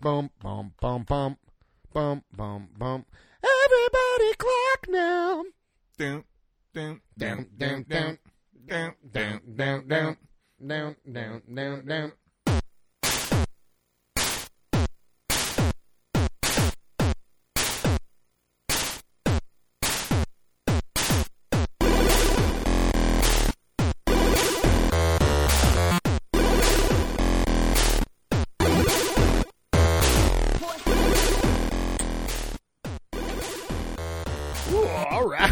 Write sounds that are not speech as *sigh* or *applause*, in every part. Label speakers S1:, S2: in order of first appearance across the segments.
S1: bump, bump, bump, bump, bump, bump, bump. Everybody clock now.
S2: Down, down,
S1: Down, down, down,
S2: down,
S1: down, down, down, down, down, down, down. Ooh, all right.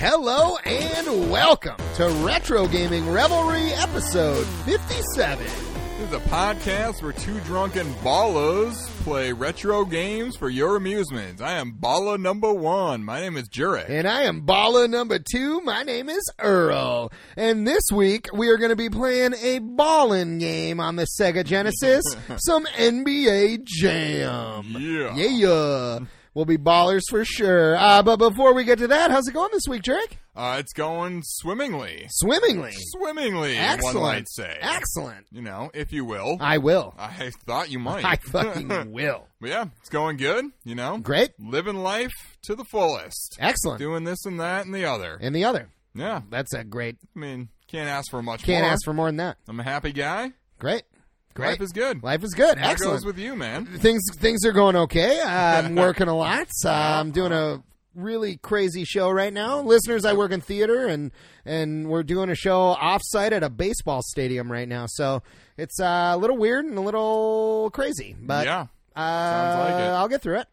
S1: Hello and welcome to Retro Gaming Revelry episode 57.
S2: This is a podcast where two drunken ballas play retro games for your amusement. I am balla number one. My name is Jurek.
S1: And I am Bala number two. My name is Earl. And this week we are going to be playing a ballin' game on the Sega
S2: *laughs*
S1: Genesis, some NBA Jam.
S2: Yeah.
S1: Yeah. We'll be ballers for sure. Uh, but before we get to that, how's it going this week, Jerick?
S2: Uh, it's going swimmingly.
S1: Swimmingly.
S2: Swimmingly, one
S1: Excellent.
S2: might say.
S1: Excellent.
S2: You know, if you will.
S1: I will.
S2: I thought you might.
S1: I
S2: *laughs*
S1: fucking will.
S2: But yeah, it's going good, you know?
S1: Great.
S2: Living life to the fullest.
S1: Excellent.
S2: Doing this and that and the other.
S1: And the other.
S2: Yeah.
S1: That's a great.
S2: I mean, can't ask for much
S1: Can't
S2: more.
S1: ask for more than that.
S2: I'm a happy guy.
S1: Great. Great.
S2: Life is good.
S1: Life is good.
S2: That
S1: Excellent.
S2: goes with you, man.
S1: things things are going okay.
S2: *laughs*
S1: I'm working a lot. Uh, I'm doing a really crazy show right now. Listeners, I work in theater and and we're doing a show offsite at a baseball stadium right now. So it's uh, a little weird and a little crazy, but
S2: yeah.
S1: uh,
S2: sounds like it.
S1: I'll get through it.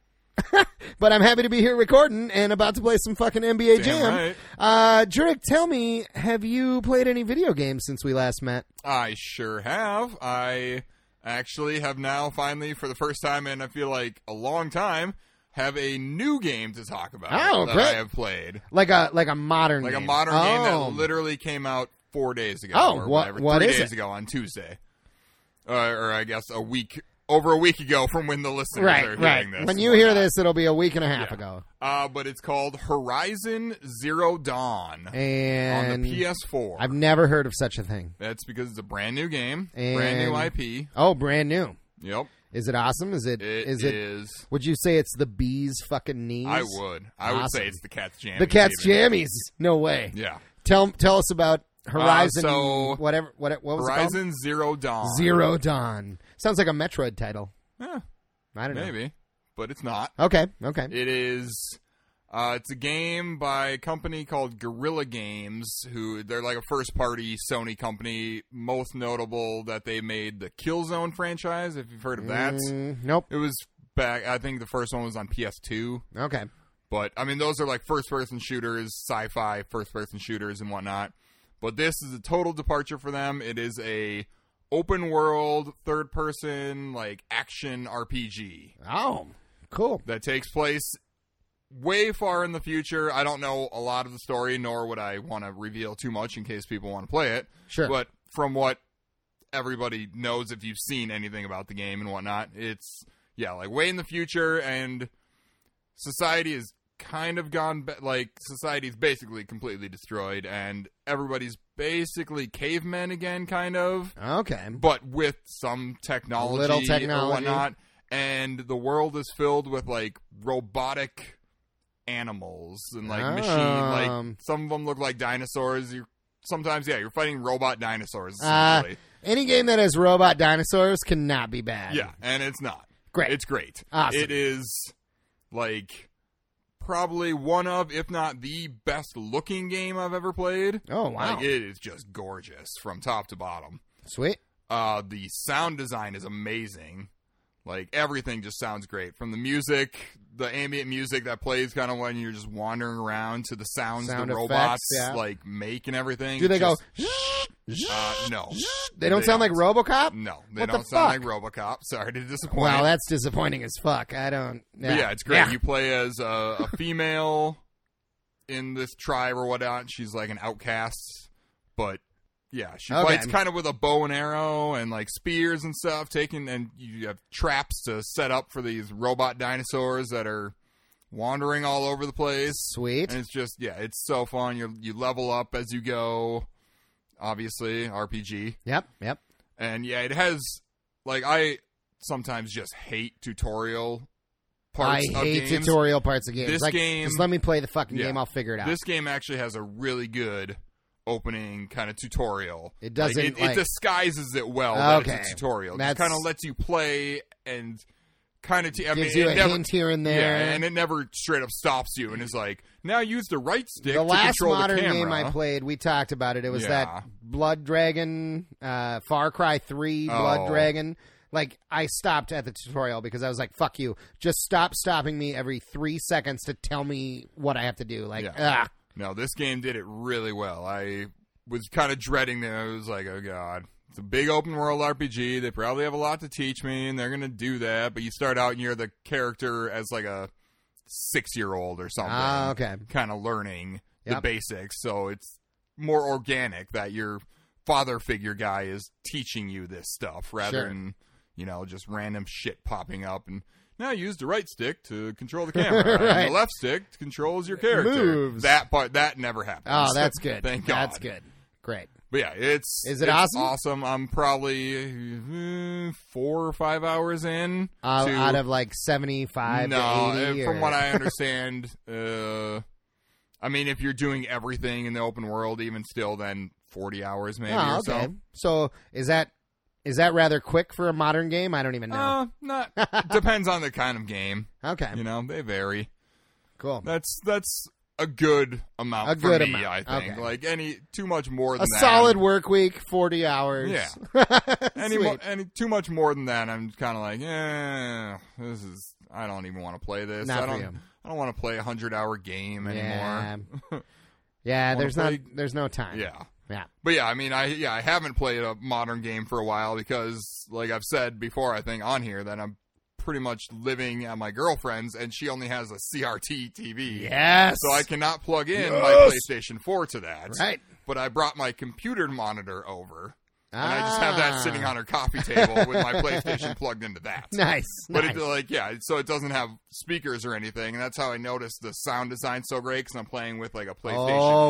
S1: *laughs* but I'm happy to be here recording and about to play some fucking NBA
S2: Damn
S1: Jam.
S2: right.
S1: Uh, Jurek, tell me, have you played any video games since we last met?
S2: I sure have. I actually have now finally, for the first time in I feel like a long time, have a new game to talk about
S1: Oh,
S2: that
S1: great.
S2: I have played.
S1: Like a like a modern
S2: Like a
S1: game.
S2: modern game
S1: Oh.
S2: that literally came out four days ago.
S1: Oh,
S2: or
S1: wha-
S2: whatever,
S1: what
S2: three
S1: is
S2: days
S1: it?
S2: ago on Tuesday, uh, or I guess a week over a week ago from when the listeners are
S1: right,
S2: hearing
S1: right.
S2: this.
S1: When
S2: and
S1: you hear
S2: whatnot.
S1: this, it'll be a week and a half ago.
S2: uh, but it's called Horizon Zero Dawn on
S1: And
S2: the PS4.
S1: I've never heard of such a thing.
S2: That's because it's a brand new game, brand new
S1: And-
S2: IP.
S1: Oh, brand new.
S2: Yep,
S1: Is it awesome? Is it?
S2: it
S1: is
S2: is.
S1: it? Would you say it's the bees' fucking knees?
S2: I would. I would
S1: Awesome.
S2: say it's the cat's jammies.
S1: The cat's
S2: even.
S1: jammies. No way.
S2: Yeah. Uh,
S1: Tell tell us about Horizon.
S2: so-
S1: whatever. What, what was it
S2: Horizon Zero Dawn.
S1: called? Zero Dawn. Sounds like a Metroid title.
S2: Eh,
S1: I don't know.
S2: maybe, but it's not.
S1: Okay. Okay.
S2: It is. Uh, it's a game by a company called Guerrilla Games, who they're like a first-party Sony company. Most notable that they made the Killzone franchise. If you've heard of that,
S1: Mm, nope.
S2: it was back. I think the first one was on PS2.
S1: Okay.
S2: But I mean, those are like first person shooters, sci fi first person shooters, and whatnot. But this is a total departure for them. It is a open world, third person, like action RPG
S1: Oh, cool.
S2: that takes place way far in the future. I don't know a lot of the story, nor would I want to reveal too much in case people want to play it.
S1: Sure.
S2: But from what everybody knows, if you've seen anything about the game and whatnot, it's yeah, like way in the future, and society is kind of gone. Ba- like society's basically completely destroyed, and everybody's basically cavemen again, kind of
S1: Okay.
S2: but with some technology,
S1: Little
S2: or
S1: technology.
S2: whatnot. And the world is filled with like robotic animals and like machine, like
S1: Um.
S2: some of them look like dinosaurs. You sometimes, yeah, you're fighting robot dinosaurs.
S1: Uh,
S2: Essentially.
S1: Any game that has robot dinosaurs cannot be bad.
S2: yeah, and it's not.
S1: Great.
S2: It's great.
S1: Awesome.
S2: It is like probably one of, if not the best looking game I've ever played.
S1: oh wow.
S2: Like it is just gorgeous from top to bottom.
S1: Sweet.
S2: Uh, the sound design is amazing. Like everything just sounds great. From the music, the ambient music that plays kind of when you're just wandering around to the sounds
S1: Sound
S2: the
S1: effects,
S2: robots
S1: yeah.
S2: like make and everything.
S1: Do they
S2: Just-
S1: go? "Zzz, zzz,
S2: Uh, no.
S1: zzz"? They don't
S2: They
S1: sound
S2: don't. Mm-hmm.
S1: like RoboCop.
S2: No, they
S1: What the
S2: don't sound like RoboCop. Sorry to disappoint.
S1: Wow, that's disappointing as fuck. I don't.
S2: But yeah, it's great. You play as a, a female in this tribe or whatnot. She's like an outcast, but yeah, she
S1: Okay.
S2: fights kind of with a bow and arrow and like spears and stuff. Taking and you have traps to set up for these robot dinosaurs that are wandering all over the place.
S1: Sweet.
S2: And it's just yeah, it's so fun. You you level up as you go. Obviously, RPG
S1: Yep. Yep.
S2: and yeah, it has like I sometimes just hate tutorial
S1: I
S2: parts of
S1: hate
S2: games.
S1: tutorial parts of games.
S2: This
S1: like,
S2: game-
S1: just let me play the fucking
S2: Yeah.
S1: game. I'll figure it out.
S2: This game actually has a really good opening kind of tutorial.
S1: It doesn't,
S2: it,
S1: like-
S2: it disguises it well. that
S1: Okay.
S2: it's a tutorial. It
S1: That's-
S2: kind of lets you play and kind of. T- I
S1: Gives
S2: mean,
S1: you
S2: it
S1: a
S2: never,
S1: hint here and there.
S2: Yeah, and it never straight up stops you and is like, now use the right
S1: the
S2: stick to
S1: last
S2: control
S1: modern
S2: the camera.
S1: game I played, we talked about it. It was
S2: Yeah.
S1: that Blood Dragon, uh, Far Cry Three, Blood
S2: Oh.
S1: Dragon. Like I stopped at the tutorial because I was like, "Fuck you! Just stop stopping me every three seconds to tell me what I have to do." Like,
S2: Yeah.
S1: ugh.
S2: No, this game did it really well. I was kind of dreading that. I was like, oh god, it's a big open world RPG. They probably have a lot to teach me, and they're gonna do that. But you start out and you're the character as like a six year old or something,
S1: ah, okay,
S2: kind of learning the
S1: Yep.
S2: basics. So it's more organic that your father figure guy is teaching you this stuff rather
S1: Sure.
S2: than you know just random shit popping up and. Now use the right stick to control the
S1: *laughs*
S2: camera. and
S1: Right.
S2: the left stick controls your character.
S1: Moves.
S2: That part that never happens. *laughs*
S1: oh, that's good.
S2: Thank God.
S1: that's good. Great.
S2: But yeah, it's
S1: Is it
S2: it's
S1: awesome?
S2: Awesome. I'm probably mm, four or five hours in.
S1: Uh,
S2: to,
S1: out of like seventy-five
S2: no,
S1: to eighty,
S2: uh, from
S1: or- Oh, *laughs*
S2: what I understand, uh, I mean, if you're doing everything in the open world, even still, then forty hours maybe
S1: Oh,
S2: or
S1: okay.
S2: so.
S1: So is that is that rather quick for a modern game? I don't even know.
S2: Uh,
S1: *laughs*
S2: not depends on the kind of game.
S1: okay,
S2: You know, they vary.
S1: cool.
S2: That's that's a good amount
S1: A
S2: for
S1: good
S2: me,
S1: amount.
S2: I think.
S1: Okay.
S2: Like any too much more than
S1: A
S2: that.
S1: solid work week, forty hours.
S2: Yeah. *laughs* any,
S1: *laughs*
S2: mo-
S1: Sweet.
S2: any too much more than that, I'm kind of like, eh, this is. I don't even want to play this.
S1: Not
S2: I
S1: for
S2: don't.
S1: you.
S2: I don't want to play a hundred hour game
S1: Yeah.
S2: anymore.
S1: *laughs* Yeah,
S2: Wanna
S1: there's
S2: play-
S1: not there's no time.
S2: Yeah.
S1: Yeah.
S2: But yeah, I mean, I yeah, I haven't played a modern game for a while because, like I've said before, I think on here that I'm pretty much living at my girlfriend's, and she only has a CRT TV.
S1: Yes.
S2: So I cannot plug
S1: Yes.
S2: in my PlayStation 4 to that.
S1: Right.
S2: But I brought my computer monitor over, and I just have that sitting
S1: Ah.
S2: on her coffee table with my PlayStation plugged into that.
S1: *laughs* Nice.
S2: But
S1: nice.
S2: it, like, yeah, so it doesn't have speakers or anything, and that's how I noticed the sound design so great because I'm playing with like a PlayStation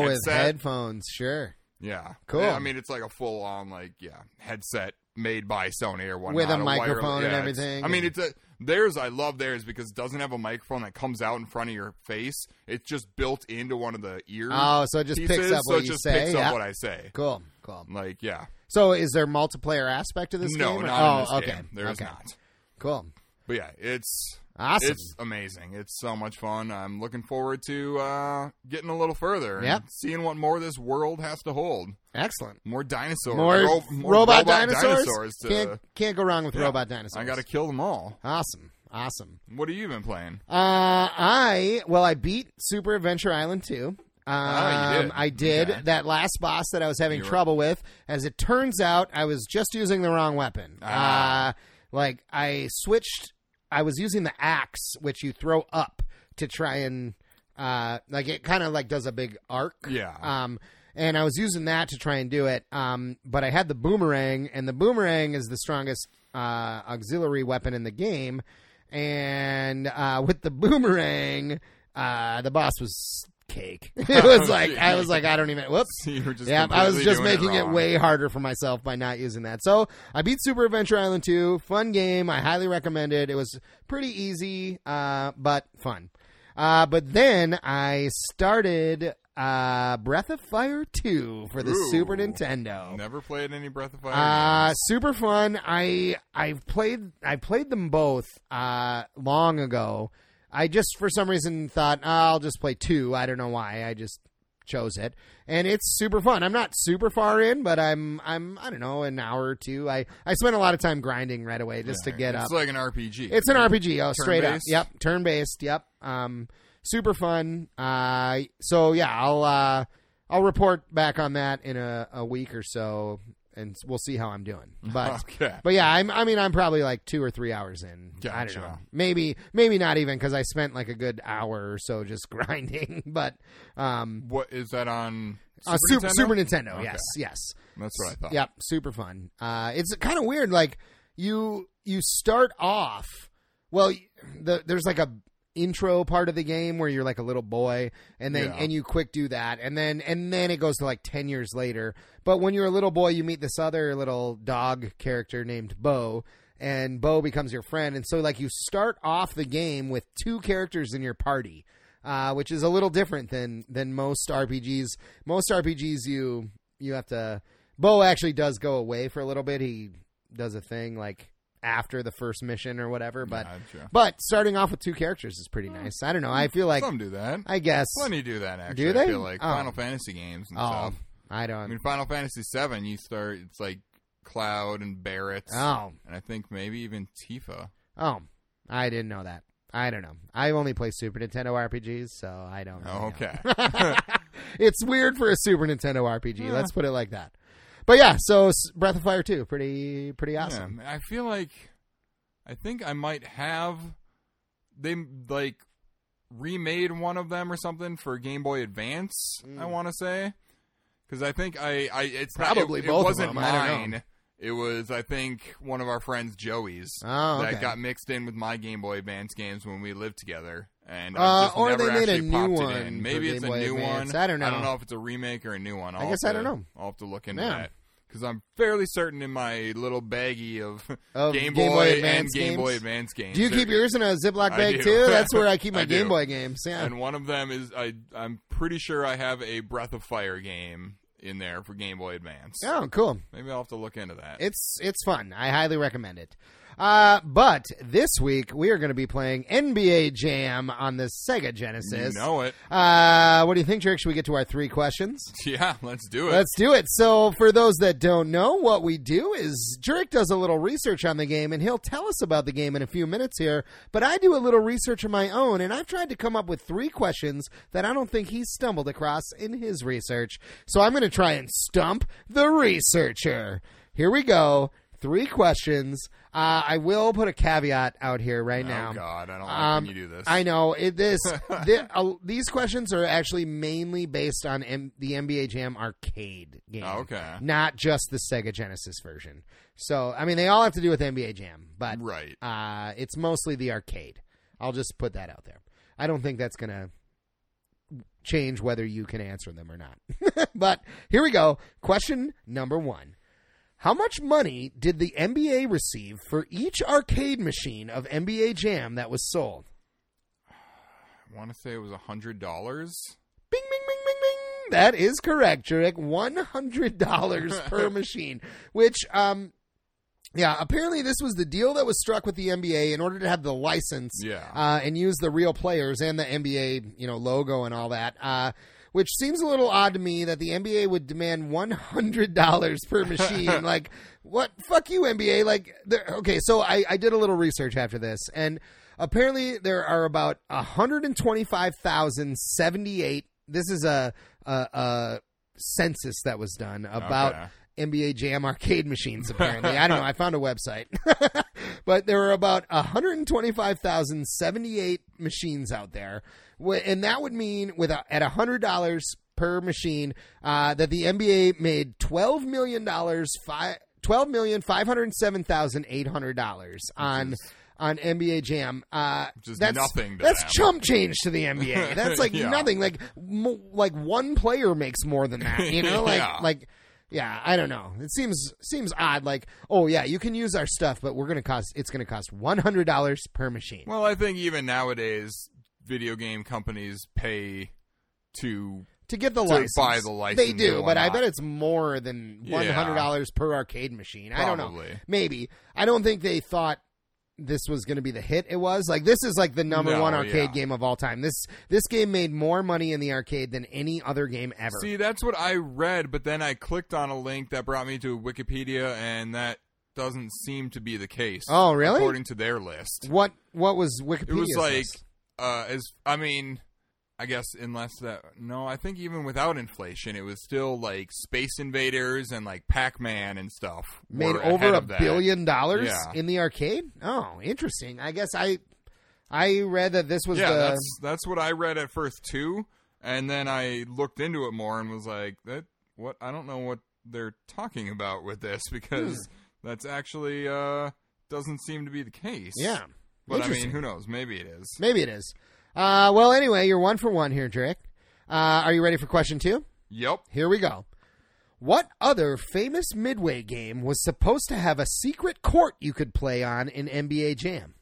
S1: oh, with
S2: headset.
S1: headphones, sure.
S2: Yeah,
S1: Cool.
S2: Yeah, I mean, it's like a full on like yeah headset made by Sony or whatnot
S1: With a
S2: wireless-
S1: microphone and
S2: yeah, it's-
S1: everything.
S2: I mean, it's a theirs. I love theirs because it doesn't have a microphone that comes out in front of your face. It's just built into one of the ear.
S1: Oh, so it just
S2: pieces,
S1: picks up
S2: so
S1: what
S2: it
S1: you
S2: just
S1: say.
S2: picks
S1: yeah.
S2: up what I say.
S1: Cool. Cool.
S2: Like yeah,
S1: So is there multiplayer aspect to this
S2: no,
S1: game? or-
S2: not in
S1: oh,
S2: this
S1: okay.
S2: game. There is
S1: okay.
S2: not.
S1: Cool.
S2: But yeah, it's
S1: Awesome.
S2: it's amazing. It's so much fun. I'm looking forward to uh, getting a little further and
S1: Yep.
S2: seeing what more this world has to hold.
S1: Excellent.
S2: More dinosaurs,
S1: More,
S2: ro- more
S1: robot, dinosaurs?
S2: to-
S1: can't can't go wrong with
S2: Yeah.
S1: robot dinosaurs.
S2: I got to kill them all.
S1: Awesome. Awesome.
S2: What have you been playing? *laughs*
S1: Uh, I well, I beat Super Adventure Island too. Um,
S2: Ah, you did.
S1: I did
S2: Okay.
S1: that last boss that I was having
S2: You were-
S1: trouble with. As it turns out, I was just using the wrong weapon.
S2: Ah.
S1: Uh, like I switched. I was using the axe, which you throw up to try and uh, like it kind of like does a big arc.
S2: Yeah.
S1: Um, and I was using that to try and do it. Um, but I had the boomerang, and the boomerang is the strongest uh, auxiliary weapon in the game. And uh, *laughs* with the boomerang, uh, the boss was cake. *laughs*
S2: *laughs*
S1: it
S2: Oh,
S1: was like I was like I don't even. Whoops.
S2: You were just
S1: Yeah, I was
S2: completely
S1: just
S2: doing
S1: making it,
S2: wrong.
S1: way harder for myself by not using that. So I beat Super Adventure Island 2. Fun game. I highly recommend it. It was pretty easy, uh, but fun. Uh, but then I started uh, Breath of Fire 2 for the
S2: Ooh.
S1: Super Nintendo.
S2: Never played any Breath of Fire.
S1: Uh, super fun. I I've played I played them both uh, long ago. I just for some reason thought "Ah, I'll just play two. I don't know why. I just chose it, and it's super fun. I'm not super far in, but I'm I'm I don't know an hour or two. I I spent a lot of time grinding right away just to get
S2: it's
S1: up.
S2: like an RPG.
S1: It's an RPG. Oh, straight up.
S2: Turn-based?
S1: Yep, turn based. Yep. Um, super fun. Uh, so yeah, I'll uh, I'll report back on that in a, a week or so, and we'll see how I'm
S2: *laughs*
S1: doing. But
S2: okay.
S1: but yeah, I'm, I mean, I'm probably like two or three hours in. I don't
S2: Gotcha.
S1: know. Maybe maybe not even because I spent like a good hour or so just *laughs* grinding. But um,
S2: What is that on? Super
S1: uh, Super
S2: Nintendo?
S1: Super Nintendo.
S2: Okay.
S1: Yes, yes.
S2: That's what I thought.
S1: Yep, super fun. Uh, it's kind of weird. Like you you start off well. y- The, there's like a intro part of the game where you're like a little boy, and then
S2: Yeah.
S1: and you quick do that, and then and then it goes to like ten years later. But when you're a little boy, you meet this other little dog character named Bo. and Bo becomes your friend. And so, like, you start off the game with two characters in your party, uh, which is a little different than than most RPGs. Most RPGs, you you have to. Bo actually does go away for a little bit. He does a thing like after the first mission or whatever. But
S2: Yeah, sure.
S1: but starting off with two characters is pretty nice. I don't know. I feel like
S2: Some do that.
S1: I guess.
S2: Plenty do that actually.
S1: they?
S2: I feel like
S1: Oh.
S2: Final Fantasy games and
S1: Oh,
S2: stuff.
S1: I
S2: I
S1: don't.
S2: mean, Final Fantasy Seven, you start. It's like Cloud and Barrett,
S1: Oh,
S2: and I think maybe even Tifa.
S1: oh, I didn't know that. I don't know. I only play Super Nintendo RPGs, so I don't. Really
S2: Oh,
S1: know.
S2: okay.
S1: *laughs* it's weird for a Super Nintendo RPG. Let's put it like that. But yeah, so s- Breath of Fire 2, pretty pretty awesome.
S2: Yeah, I feel like I think I might have they like remade one of them or something for Game Boy Advance. I
S1: Mm.
S2: want to say because I think I, I it's not- it-
S1: Probably
S2: it,
S1: both of
S2: wasn't
S1: them, I don't know.
S2: mine. It was I think one of our friends Joey's
S1: Oh, okay.
S2: that got mixed in with my Game Boy Advance games when we lived together. And
S1: Uh,
S2: I just
S1: or
S2: never
S1: they made a
S2: actually
S1: new
S2: popped
S1: one
S2: it
S1: for
S2: in. Maybe it's
S1: Game Boy
S2: a new
S1: Advance.
S2: one.
S1: I don't
S2: I don't
S1: know.
S2: know if it's a remake or a new one. I'll
S1: guess
S2: have
S1: I don't
S2: to-
S1: know.
S2: I'll have to look into
S1: Yeah.
S2: that because I'm fairly certain in my little baggie of,
S1: Of
S2: Game,
S1: Game
S2: Boy,
S1: Boy Advance
S2: and Game Boy
S1: games?
S2: Advance games.
S1: Do you
S2: there-
S1: keep yours in a Ziploc
S2: I
S1: bag
S2: do.
S1: too? That's where I
S2: *laughs*
S1: keep my
S2: I
S1: Game
S2: do.
S1: Boy games. Yeah.
S2: And one of them is I. I'm pretty sure I have a Breath of Fire game in there for Game Boy Advance.
S1: oh, cool.
S2: Maybe I'll have to look into that.
S1: It's it's fun. I highly recommend it. Uh, but this week we are going to be playing NBA Jam on the Sega
S2: you
S1: Genesis.
S2: know it. *laughs*
S1: Uh, what do you think, Jerick? Should we get to our three questions?
S2: Yeah, let's do it.
S1: Let's do it. So, for those that don't know, what we do is Jurek does a little research on the game, and he'll tell us about the game in a few minutes here. But I do a little research of my own, and I've tried to come up with three questions that I don't think he stumbled across in his research. So, I'm going to try and stump the researcher. Here we go. Three questions. Uh, I will put a caveat out here right now. Um,
S2: oh God, I don't like when you do this.
S1: I know it,
S2: *laughs*
S1: this. thi- uh, these questions are actually mainly based on M- the NBA Jam arcade game,
S2: Oh, okay.
S1: not just the Sega Genesis version. So, I mean, they all have to do with NBA Jam, but
S2: right.
S1: uh, it's mostly the arcade. I'll just put that out there. I don't think that's going to change whether you can answer them or not. *laughs* but here we go. Question number one. How much money did the NBA receive for each arcade machine of NBA Jam that was sold?
S2: I want to say it was a hundred dollars.
S1: Bing, bing, bing, bing, bing. That is correct, Jurek. One hundred dollars per machine, which um. Yeah, apparently this was the deal that was struck with the NBA in order to have the license
S2: Yeah.
S1: uh, and use the real players and the NBA, you know, logo and all that. Uh, which seems a little odd to me that the NBA would demand one hundred dollars per
S2: *laughs*
S1: machine. like, what? Fuck you, NBA. Like, there- okay, so I, I did a little research after this, and apparently there are about hundred and twenty-five thousand seventy-eight. This is a, a, a census that was done about
S2: Okay.
S1: NBA Jam arcade
S2: *laughs*
S1: machines, apparently. I don't know. I found a website. *laughs* but there were about 125,078 machines out there. Wh- And that would mean, with a, at $100 per machine, uh, that the NBA made $12 million, fi- $12,507,800 on. On NBA Jam, uh,
S2: Which is
S1: that's
S2: nothing to
S1: That's
S2: them.
S1: chump change to the
S2: *laughs*
S1: NBA. That's like
S2: Yeah.
S1: nothing. Like mo- like one player makes more than that. You
S2: *laughs*
S1: know, like
S2: Yeah.
S1: like yeah i don't know it seems seems odd like oh yeah you can use our stuff but we're gonna cost it's gonna cost $100 per machine
S2: Well, I think even nowadays, video game companies pay to
S1: to get the
S2: to
S1: license
S2: buy the license
S1: they do
S2: and
S1: but i
S2: whatnot.
S1: bet it's more than
S2: Yeah.
S1: $100 per arcade machine i don't know
S2: Probably.
S1: maybe i don't think they thought this was going to be the hit it was like this is like the number
S2: No,
S1: one arcade
S2: yeah.
S1: game of all time this this game made more money in the arcade than any other game ever
S2: see. That's what I read, but then I clicked on a link that brought me to Wikipedia, and that doesn't seem to be the case.
S1: Oh, really?
S2: According to their list,
S1: what what was wikipedia
S2: it was like uh, as I mean. I guess unless that no, I think even without inflation, it was still like Space Invaders and like Pac Man and stuff
S1: made
S2: were
S1: over
S2: ahead
S1: a
S2: of that.
S1: billion dollars
S2: Yeah.
S1: in the arcade. Oh, interesting. I guess I I read that this was
S2: yeah,
S1: the
S2: that's that's what I read at first too, and then I looked into it more and was like, that what I don't know what they're talking about with this because
S1: Hmm.
S2: that's actually uh doesn't seem to be the case.
S1: yeah.
S2: but I mean,
S1: Interesting.
S2: who knows? Maybe it is.
S1: Maybe it is. Uh, well, anyway, you're one for one here, Drake. Uh, are you ready for question two?
S2: Yep.
S1: Here we go. What other famous Midway game was supposed to have a secret court you could play on in NBA Jam?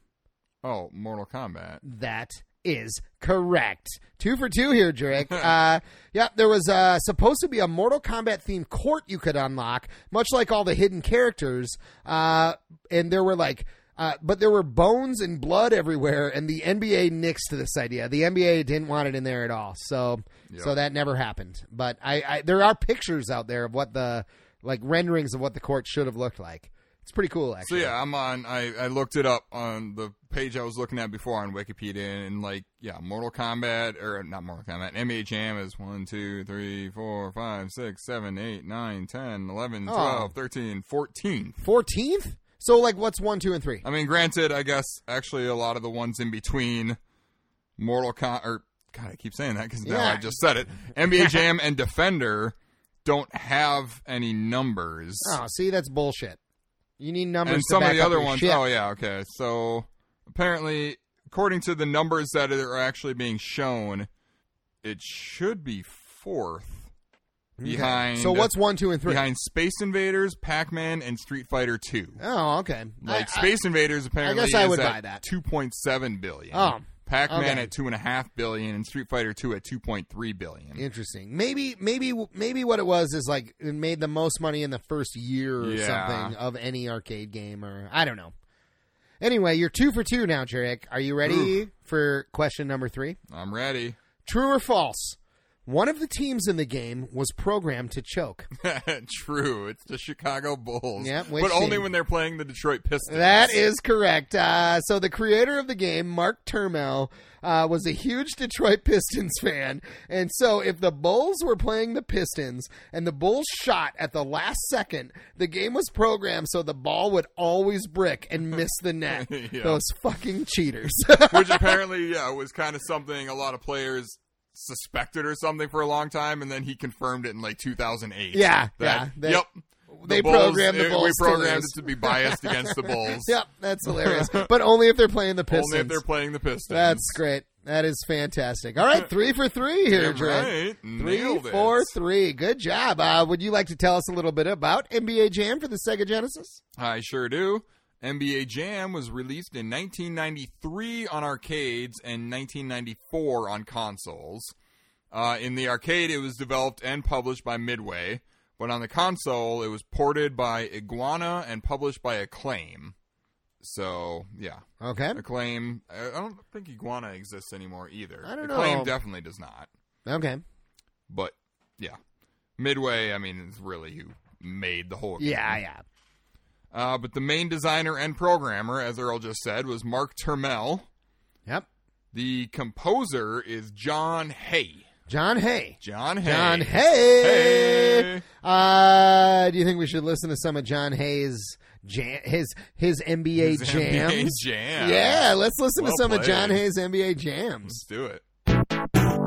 S2: Oh, Mortal Kombat.
S1: That is correct. Two for two here,
S2: *laughs*
S1: Drake. uh, yeah, there was uh, supposed to be a Mortal Kombat themed court you could unlock, much like all the hidden characters. Uh, and there were like. Uh, but there were bones and blood everywhere, and the NBA nixed this idea. The NBA didn't want it in there at all, so
S2: Yeah.
S1: so that never happened. But I, I there are pictures out there of what the like renderings of what the court should have looked like. It's pretty cool,
S2: So
S1: actually.
S2: yeah, I'm on. I, I looked it up on the page I was looking at before on Wikipedia, and like yeah, Mortal Kombat or not Mortal Kombat, NBA Jam is one, two, three, four, five, six, seven, eight, nine, 10, 11,
S1: Oh.
S2: 12, 13, 14.
S1: Fourteenth. So like, what's one, two, and three?
S2: I mean, granted, I guess actually a lot of the ones in between Mortal Com or God, I keep saying that because now
S1: Yeah.
S2: I just said it. NBA Jam and Defender don't have any numbers.
S1: Oh, see, that's bullshit. You need numbers.
S2: and
S1: to
S2: some of
S1: back
S2: the
S1: up
S2: other
S1: your
S2: ones.
S1: shit.
S2: Oh yeah, okay. So apparently, according to the numbers that are actually being shown, it should be fourth
S1: Okay.
S2: behind.
S1: Hmm. So what's one, two, and three?
S2: behind Space Invaders, Pac Man, and Street Fighter Two?
S1: Oh, okay. I-
S2: Like
S1: I-
S2: Space Invaders apparently
S1: guess I
S2: is
S1: would
S2: at
S1: buy that.
S2: two point seven billion.
S1: Oh,
S2: Pac Man
S1: okay.
S2: at two and a half billion and Street Fighter Two at two point three billion.
S1: Interesting. Maybe, maybe, maybe what it was is like it made the most money in the first year or
S2: Yeah.
S1: something of any arcade game, or I don't know. Anyway, you're two for two now, Jarek. Are you ready for question number three?
S2: I'm ready. *laughs*
S1: True or false? One of the teams in the game was programmed to choke.
S2: True, it's the Chicago Bulls.
S1: Yeah, which
S2: but only
S1: team?
S2: when they're playing the Detroit Pistons.
S1: That is correct. Uh, so the creator of the game, Mark Turmel, uh, was a huge Detroit *laughs* Pistons fan, and so if the Bulls were playing the Pistons and the Bulls shot at the last second, the game was programmed so the ball would always brick
S2: *laughs*
S1: and miss the net.
S2: Yeah.
S1: Those fucking
S2: *laughs*
S1: cheaters. *laughs*
S2: which apparently yeah was kind of something a lot of players suspected or something for a long time and then he confirmed it in like 2008
S1: Yeah,
S2: That-
S1: yeah, they-
S2: yep The
S1: they programmed the
S2: it-
S1: Bulls to
S2: we programmed
S1: lose.
S2: it to be biased
S1: *laughs*
S2: against the bulls
S1: yep, that's
S2: *laughs*
S1: hilarious. But only if they're playing the Pistons.
S2: only if they're playing the pistons
S1: that's great. That is fantastic. All right, three for three here,
S2: Damn
S1: Drake.
S2: right.
S1: Three,
S2: Nailed it.
S1: four, three. Good job. Uh, would you like to tell us a little bit about NBA Jam for the Sega Genesis?
S2: i sure do nba jam was released in 1993 on arcades and 1994 on consoles Uh, in the arcade, it was developed and published by Midway, but on the console, it was ported by Iguana and published by Acclaim. So, yeah,
S1: Okay.
S2: Acclaim. I I don't think Iguana exists anymore either.
S1: I don't
S2: Acclaim
S1: know.
S2: definitely does not.
S1: Okay.
S2: But yeah, Midway. I mean, is really who made the whole. Game.
S1: Yeah, yeah.
S2: Uh, but the main designer and programmer, as Earl just said, was Mark Turmel.
S1: Yep.
S2: The composer is John Hay.
S1: John Hay.
S2: John Hay.
S1: John Hay.
S2: Hey.
S1: Uh, do you think we should listen to some of John Hay's jam, his his NBA
S2: His
S1: jams?
S2: NBA jams.
S1: Yeah, let's listen
S2: Well
S1: to some of John
S2: played.
S1: Hay's NBA jams.
S2: Let's do it.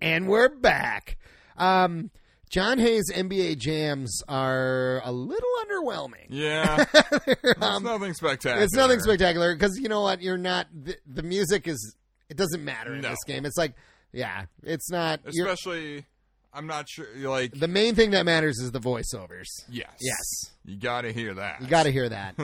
S1: And we're back. Um, John Hay's NBA jams are a little underwhelming. *laughs*
S2: Yeah,
S1: They're,
S2: it's
S1: um,
S2: nothing spectacular.
S1: It's nothing spectacular because you know what? You're not. The, the music is. It doesn't matter in
S2: No.
S1: this game. It's like, yeah, it's not. you're-
S2: Especially, I'm not sure. Like,
S1: The main thing that matters is the voiceovers.
S2: yes,
S1: Yes,
S2: you got to hear that. *laughs*
S1: you got to hear that.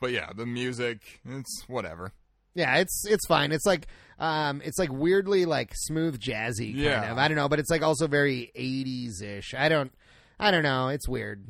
S2: But yeah, the music, it's whatever.
S1: Yeah, it's it's fine. It's like um, it's like weirdly like smooth jazzy kind
S2: Yeah.
S1: of. I don't know, but it's like also very eighties ish. I don't, I don't know. It's weird,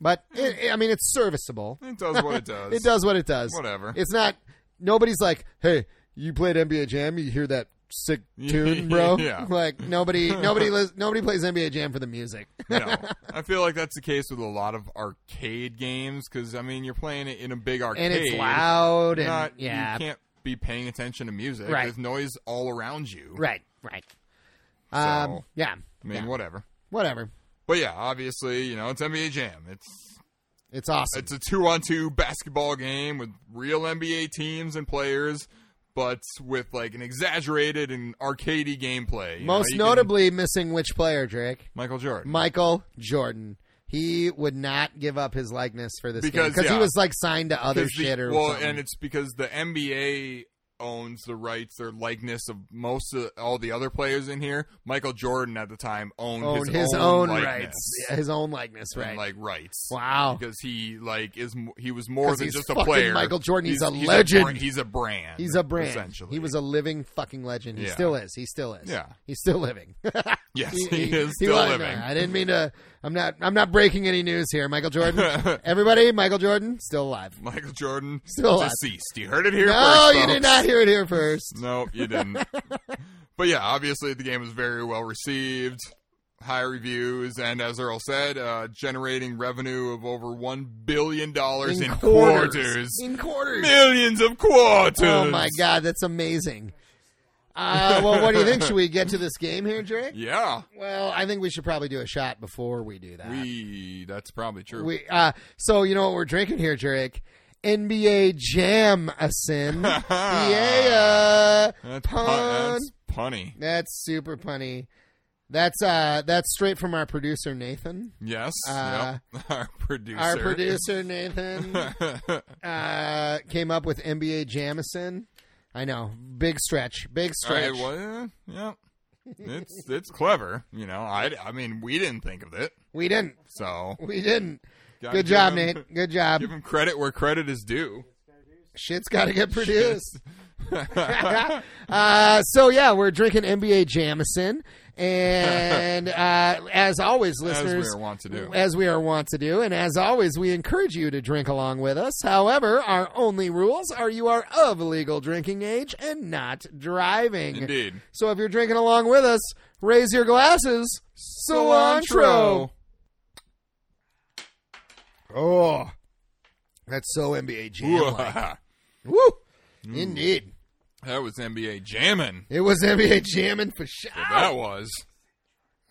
S1: but it, it- I mean, it's serviceable.
S2: It does what it
S1: *laughs*
S2: does.
S1: It does what it does.
S2: Whatever.
S1: It's not. Nobody's like, hey, you played NBA Jam. You hear that
S2: *laughs*
S1: sick tune, bro?
S2: Yeah.
S1: Like
S2: *laughs*
S1: nobody, nobody, lis- nobody plays NBA Jam for the music.
S2: no, I feel like that's the case with a lot of arcade games because I mean you're playing it in a big arcade,
S1: and it's loud and
S2: Not,
S1: yeah,
S2: you can't be paying attention to music.
S1: Right.
S2: There's noise all around you.
S1: right, right. Um,
S2: So,
S1: yeah,
S2: I mean,
S1: yeah.
S2: whatever.
S1: whatever.
S2: But yeah, obviously, you know, it's NBA Jam. It's
S1: It's awesome.
S2: it's a two-on-two basketball game with real NBA teams and players, but with like an exaggerated and arcadey gameplay. You know,
S1: Most
S2: you can-
S1: notably, missing which player, Drake?
S2: Michael Jordan.
S1: Michael Jordan. He would not give up his likeness for this
S2: Because,
S1: because he
S2: yeah.
S1: was like signed to other
S2: 'Cause the-
S1: shit or
S2: well,
S1: something.
S2: and it's because the NBA owns the rights or likeness of most of all the other players in here. Michael Jordan at the time owned,
S1: owned
S2: his,
S1: his, own,
S2: likeness
S1: rights, Yeah, his own likeness,
S2: and,
S1: right?
S2: like rights.
S1: wow,
S2: Because he like is m- he was more
S1: 'Cause
S2: than
S1: he's
S2: just a
S1: fucking
S2: player.
S1: Michael Jordan. He's a
S2: br-
S1: legend.
S2: he's a brand.
S1: he's a brand.
S2: Essentially,
S1: He was a living fucking legend. He
S2: Yeah.
S1: still is. He still is.
S2: Yeah.
S1: he's still living. *laughs*
S2: yes. He, is
S1: he
S2: still
S1: was,
S2: living.
S1: I didn't mean to. I'm not. I'm not breaking any news here. Michael
S2: *laughs*
S1: Jordan. Everybody, Michael Jordan still alive.
S2: Michael Jordan
S1: Still alive.
S2: deceased. You heard it here
S1: No,
S2: first.
S1: you
S2: folks.
S1: did not hear it here first.
S2: No, you
S1: *laughs*
S2: didn't. but yeah, obviously the game was very well received, high reviews, and as Earl said, uh, generating revenue of over one billion dollars in, quarters.
S1: In quarters.
S2: millions of quarters.
S1: Oh my god, that's amazing. Uh, well, what do you
S2: *laughs*
S1: think? Should we get to this game here, Drake?
S2: Yeah,
S1: Well, I think we should probably do a shot before we do that.
S2: we. That's probably true.
S1: We, uh, so you know what we're drinking here, Drake? NBA Jam
S2: *laughs*
S1: Asin. yeah,
S2: that's, pun-
S1: pun.
S2: that's punny.
S1: That's super punny. That's uh, that's straight from our producer Nathan.
S2: Yes.
S1: Uh,
S2: yep. *laughs* Our producer.
S1: Our
S2: *laughs*
S1: producer Nathan. uh, came up with NBA Jamison. I know, big stretch, big
S2: I,
S1: stretch.
S2: well, yeah. It's it's clever, you know. I, I mean, we didn't think of it,
S1: we didn't,
S2: so
S1: we didn't.
S2: gotta
S1: Good
S2: give
S1: job,
S2: him-
S1: Nate. Good job.
S2: *laughs* Give him credit where credit is due.
S1: Shit's got to get
S2: *laughs*
S1: produced. *laughs* uh, so yeah, we're drinking NBA Jamison, and uh, as always, listeners,
S2: as we want to do.
S1: as we are wont to do, and as always, we encourage you to drink along with us. However, our only rules are you are of legal drinking age and not driving.
S2: Indeed.
S1: So if you're drinking along with us, raise your glasses. Cilantro. Oh, that's so NBA jam. like.
S2: Whoa. *laughs*
S1: Woo!
S2: Mm,
S1: Indeed,
S2: That was NBA jamming.
S1: it was NBA jamming for sure.
S2: That was.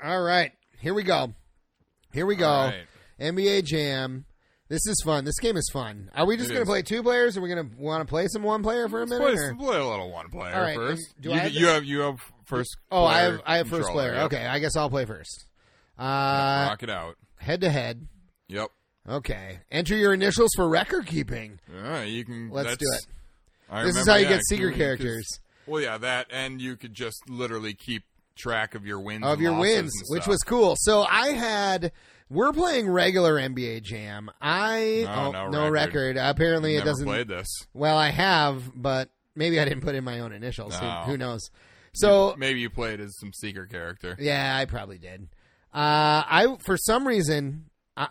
S1: All right, here we go. Here we go.
S2: All right.
S1: NBA Jam. This is fun. This game is fun. Are we just
S2: It
S1: going to
S2: is.
S1: play two players? Are we going to want to play some one player for a minute?
S2: Play,
S1: or-
S2: play a little one player
S1: All right,
S2: first.
S1: and do
S2: you,
S1: I have
S2: you have you have first.
S1: Oh, I
S2: player
S1: have I have first
S2: controller,
S1: player.
S2: yep.
S1: Okay, I guess I'll play first. Uh,
S2: Rock it out.
S1: head to head.
S2: Yep.
S1: Okay. Enter your initials for record keeping.
S2: All right, you can.
S1: Let's
S2: that's,
S1: do it.
S2: I
S1: This is
S2: remember,
S1: how you
S2: yeah,
S1: get secret
S2: you- 'cause-
S1: characters.
S2: Well, yeah, that, and you could just literally keep track of your wins
S1: of
S2: and
S1: your
S2: losses
S1: wins,
S2: and
S1: which
S2: stuff.
S1: was cool. So I had. We're playing regular NBA Jam. I
S2: No,
S1: oh,
S2: no
S1: no record.
S2: record.
S1: Apparently,
S2: Never
S1: it doesn't.
S2: played this.
S1: Well, I have, but maybe I didn't put in my own initials.
S2: No.
S1: Who, who knows? So
S2: Maybe you played as some secret character.
S1: yeah, I probably did. Uh, I for some reason, I,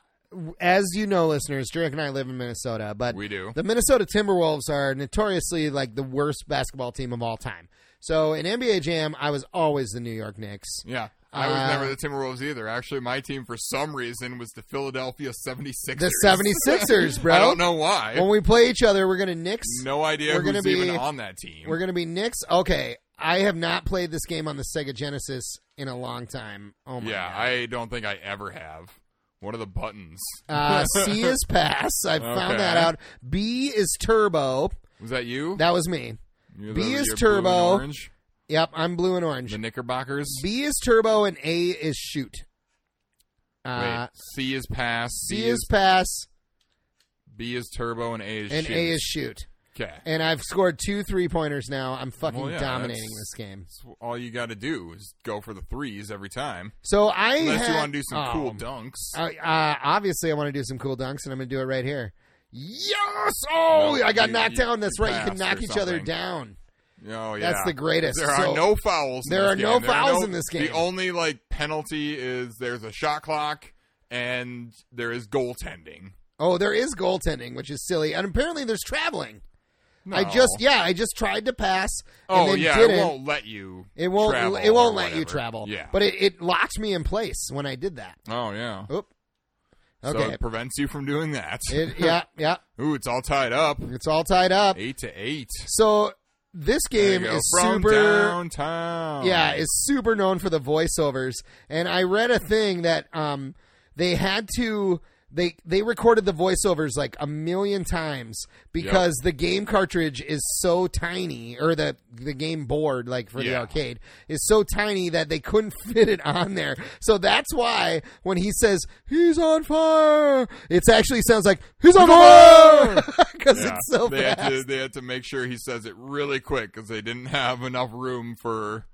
S1: as you know, listeners, Derek and I live in Minnesota, but
S2: We do.
S1: the Minnesota Timberwolves are notoriously like the worst basketball team of all time. So in NBA Jam, I was always the New York Knicks.
S2: Yeah. I was
S1: Uh,
S2: never the Timberwolves either. Actually, my team for some reason was the Philadelphia 76ers.
S1: The 76ers, bro.
S2: *laughs* I don't know why.
S1: When we play each other, we're gonna Knicks.
S2: no idea
S1: we're gonna
S2: who's
S1: be-
S2: even on that team.
S1: We're gonna be Knicks. Okay, I have not played this game on the Sega Genesis in a long time. Oh my
S2: yeah,
S1: god.
S2: I don't think I ever have. What are the buttons?
S1: Uh, C
S2: *laughs*
S1: is pass. I
S2: Okay.
S1: found that out. B is turbo.
S2: Was that you?
S1: That was me.
S2: You-
S1: B
S2: you
S1: is
S2: were blue
S1: turbo.
S2: and Orange,
S1: Yep, I'm blue and orange.
S2: the Knickerbockers.
S1: B is turbo and A is shoot.
S2: Wait,
S1: Uh,
S2: C is pass.
S1: C is pass
S2: B is turbo, and A is
S1: and
S2: shoot.
S1: A is shoot.
S2: okay.
S1: And I've scored two three pointers now. I'm fucking
S2: Well, yeah,
S1: dominating
S2: that's-
S1: this game.
S2: That's all you got to do is go for the threes every time,
S1: So I
S2: unless you
S1: had-
S2: want to do some
S1: oh.
S2: cool dunks.
S1: Uh, uh, obviously, I want to do some cool dunks, and I'm going to do it right here. Yes! Oh,
S2: No,
S1: I got
S2: you-
S1: knocked
S2: you-
S1: down. That's
S2: you
S1: right. You can
S2: passed
S1: knock
S2: or
S1: each other
S2: something.
S1: down.
S2: Oh, yeah.
S1: That's the greatest.
S2: There are
S1: So-
S2: no fouls. in
S1: There
S2: this
S1: are
S2: game.
S1: no
S2: are
S1: fouls in this game.
S2: The only like penalty is there's a shot clock and there is goaltending.
S1: Oh, there is goaltending, which is silly, and apparently there's traveling.
S2: No.
S1: I just yeah, I just tried to pass.
S2: oh
S1: and then
S2: yeah,
S1: didn't.
S2: it won't let you.
S1: It won't.
S2: travel
S1: it won't
S2: or
S1: let you
S2: whatever.
S1: travel.
S2: Yeah.
S1: but it, it locked me in place when I did that.
S2: oh yeah.
S1: Oop.
S2: So
S1: Okay.
S2: it prevents you from doing that.
S1: It- yeah, yeah.
S2: *laughs* Ooh, it's all tied up.
S1: It's all tied up.
S2: Eight to eight.
S1: So this
S2: There you
S1: game
S2: go.
S1: is
S2: From
S1: super.
S2: downtown.
S1: Yeah, is super known for the voiceovers. And I read a thing that um, they had to they they recorded the voiceovers like a million times because the game cartridge is so tiny, or the the game board like for the
S2: Yeah.
S1: arcade is so tiny that they couldn't *laughs* fit it on there. So that's why when he says he's on fire, it actually sounds like he's on fire *laughs* because
S2: Yeah.
S1: it's so
S2: they
S1: fast.
S2: had to they had to make sure he says it really quick because they didn't have enough room for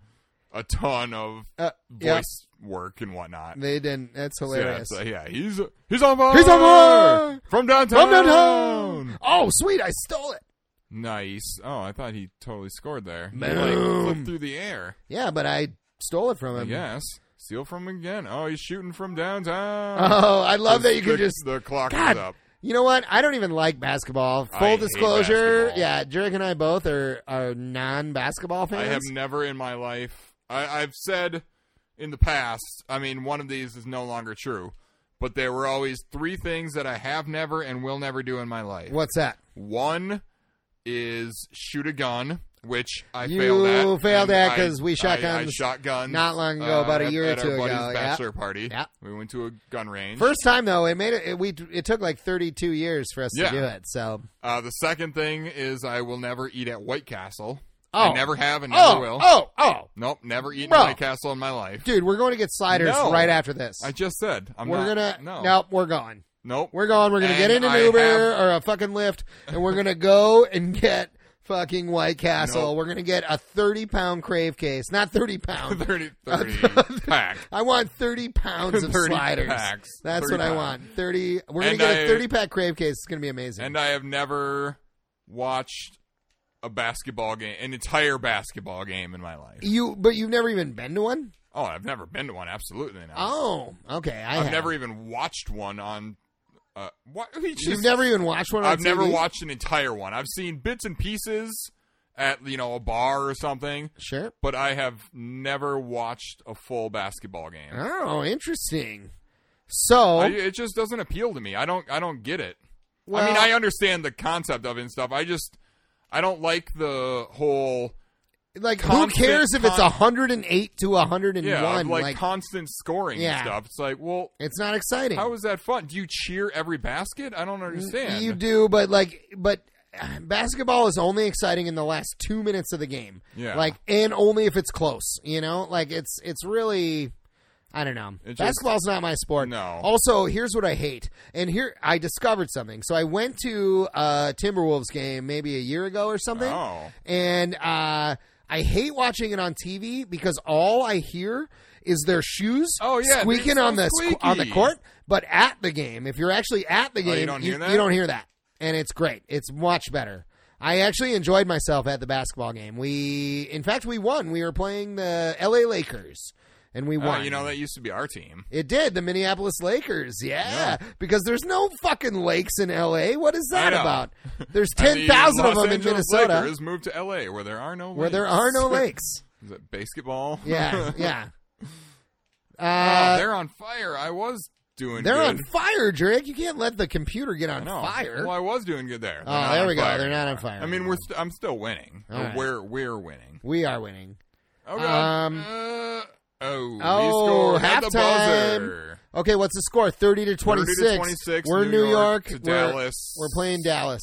S2: a ton of
S1: Uh, yeah.
S2: voice work and whatnot.
S1: They didn't. That's
S2: So, yeah,
S1: hilarious.
S2: it's like, yeah, he's he's on fire.
S1: He's on fire!
S2: from downtown.
S1: From downtown. Oh, sweet! I stole it.
S2: Nice. Oh, I thought he totally scored there. He,
S1: Boom. Um,
S2: Like, flipped through the air.
S1: Yeah, but I stole it from him.
S2: Yes. Steal from him again. Oh, he's shooting from downtown.
S1: Oh, I love that you
S2: the,
S1: can just.
S2: the clock
S1: God.
S2: is up.
S1: You know what? I don't even like basketball. Full
S2: I hate
S1: disclosure,
S2: basketball.
S1: yeah, Jurek and I both are are non basketball fans.
S2: I have never in my life. I, I've said in the past. I mean, one of these is no longer true, but there were always three things that I have never and will never do in my life.
S1: What's that?
S2: One is shoot a gun, which I
S1: You
S2: failed at.
S1: failed
S2: and
S1: at
S2: I-
S1: 'cause we shot
S2: I- I
S1: guns
S2: shot guns
S1: not long ago,
S2: uh,
S1: about a year or
S2: at
S1: two
S2: our
S1: ago,
S2: buddy's
S1: yeah.
S2: bachelor party.
S1: Yeah.
S2: we went to a gun range.
S1: First time though, it made it. it we it took like thirty two years for us to
S2: Yeah.
S1: do it. So
S2: uh, the second thing is I will never eat at White Castle.
S1: Oh.
S2: I never have and never
S1: oh
S2: will.
S1: oh oh,
S2: Nope, never eaten
S1: Bro.
S2: White Castle in my life.
S1: dude, we're going to get sliders
S2: No.
S1: right after this.
S2: I just said I'm
S1: we're gonna
S2: not- no
S1: nope, we're going.
S2: nope. *laughs*
S1: We're going. We're gonna get in
S2: And
S1: an
S2: I
S1: Uber
S2: have-
S1: or a fucking Lyft, and we're gonna go and get fucking White Castle.
S2: Nope.
S1: We're gonna get a thirty pound crave case, not thirty pound. *laughs*
S2: *laughs* 30, 30 pack.
S1: I want thirty pounds of
S2: 30
S1: sliders.
S2: packs.
S1: That's
S2: 30
S1: what I
S2: pounds.
S1: want. Thirty. We're gonna
S2: And
S1: get a
S2: I-
S1: thirty pack crave case. It's gonna be amazing.
S2: And I have never watched a basketball game, an entire basketball game in my life.
S1: you, but you've never even been to one.
S2: Oh, I've never been to one. Absolutely not.
S1: Oh, okay. I
S2: I've
S1: have.
S2: never even watched one on. Uh, what? He just-
S1: You've never even watched one. On
S2: I've never
S1: TV?
S2: watched an entire one. I've seen bits and pieces at you know a bar or something,
S1: Sure.
S2: but I have never watched a full basketball game.
S1: Oh, interesting. So
S2: I, it just doesn't appeal to me. I don't. I don't get it. I mean,
S1: Well-
S2: I understand the concept of it and stuff. I just, I don't like the whole
S1: like who
S2: constant
S1: cares if it's
S2: con-
S1: 108 to 101
S2: yeah, of, like,
S1: like
S2: constant scoring
S1: Yeah.
S2: and stuff. It's like, well,
S1: it's not exciting
S2: how is that fun? Do you cheer every basket? I don't understand.
S1: you do but like but uh, basketball is only exciting in the last two minutes of the game
S2: Yeah.
S1: like and only if it's close you know like it's it's really I don't know.
S2: It just-
S1: Basketball's not my sport.
S2: No.
S1: Also, here's what I hate. And here I discovered something. So I went to a Timberwolves game maybe a year ago or something.
S2: Oh.
S1: and uh, I hate watching it on TV because all I hear is their shoes
S2: Oh, yeah,
S1: squeaking
S2: they're so
S1: on the squ- on the
S2: squeaky. Oh,
S1: court. But at the game, if you're actually at the game,
S2: you don't hear that?
S1: you don't hear that, and it's great. It's much better. I actually enjoyed myself at the basketball game. We, in fact, we won. We were playing the L.A. Lakers, and we
S2: Uh,
S1: won.
S2: you know, that used to be our team.
S1: It did the Minneapolis Lakers, yeah, because there's no fucking lakes in L.A. What is that
S2: I know. *laughs*
S1: about? There's
S2: And
S1: ten thousand
S2: the
S1: of
S2: Los
S1: them in
S2: Angeles
S1: Minnesota,
S2: Lakers moved to L.A., where there are no
S1: where there
S2: lakes.
S1: are no
S2: *laughs*
S1: lakes.
S2: Is it basketball? *laughs*
S1: Yeah, yeah.
S2: oh,
S1: Uh,
S2: they're on fire. I was doing.
S1: they're
S2: good.
S1: on fire, Drake. You can't let the computer get on
S2: I know.
S1: fire.
S2: Well, I was doing good there.
S1: oh,
S2: They're not
S1: there
S2: on
S1: we go.
S2: fire
S1: They're not on
S2: anymore.
S1: fire.
S2: I mean,
S1: anymore.
S2: we're st- I'm still winning.
S1: All
S2: Or
S1: right.
S2: We're we're winning.
S1: we are winning.
S2: Oh,
S1: Um,
S2: uh, oh,
S1: oh,
S2: oh, scored at the
S1: halftime.
S2: buzzer.
S1: Okay, what's the score? Thirty to
S2: 30
S1: twenty-six.
S2: to 26,
S1: We're
S2: New
S1: New
S2: York
S1: York.
S2: to
S1: we're,
S2: Dallas.
S1: We're playing Dallas.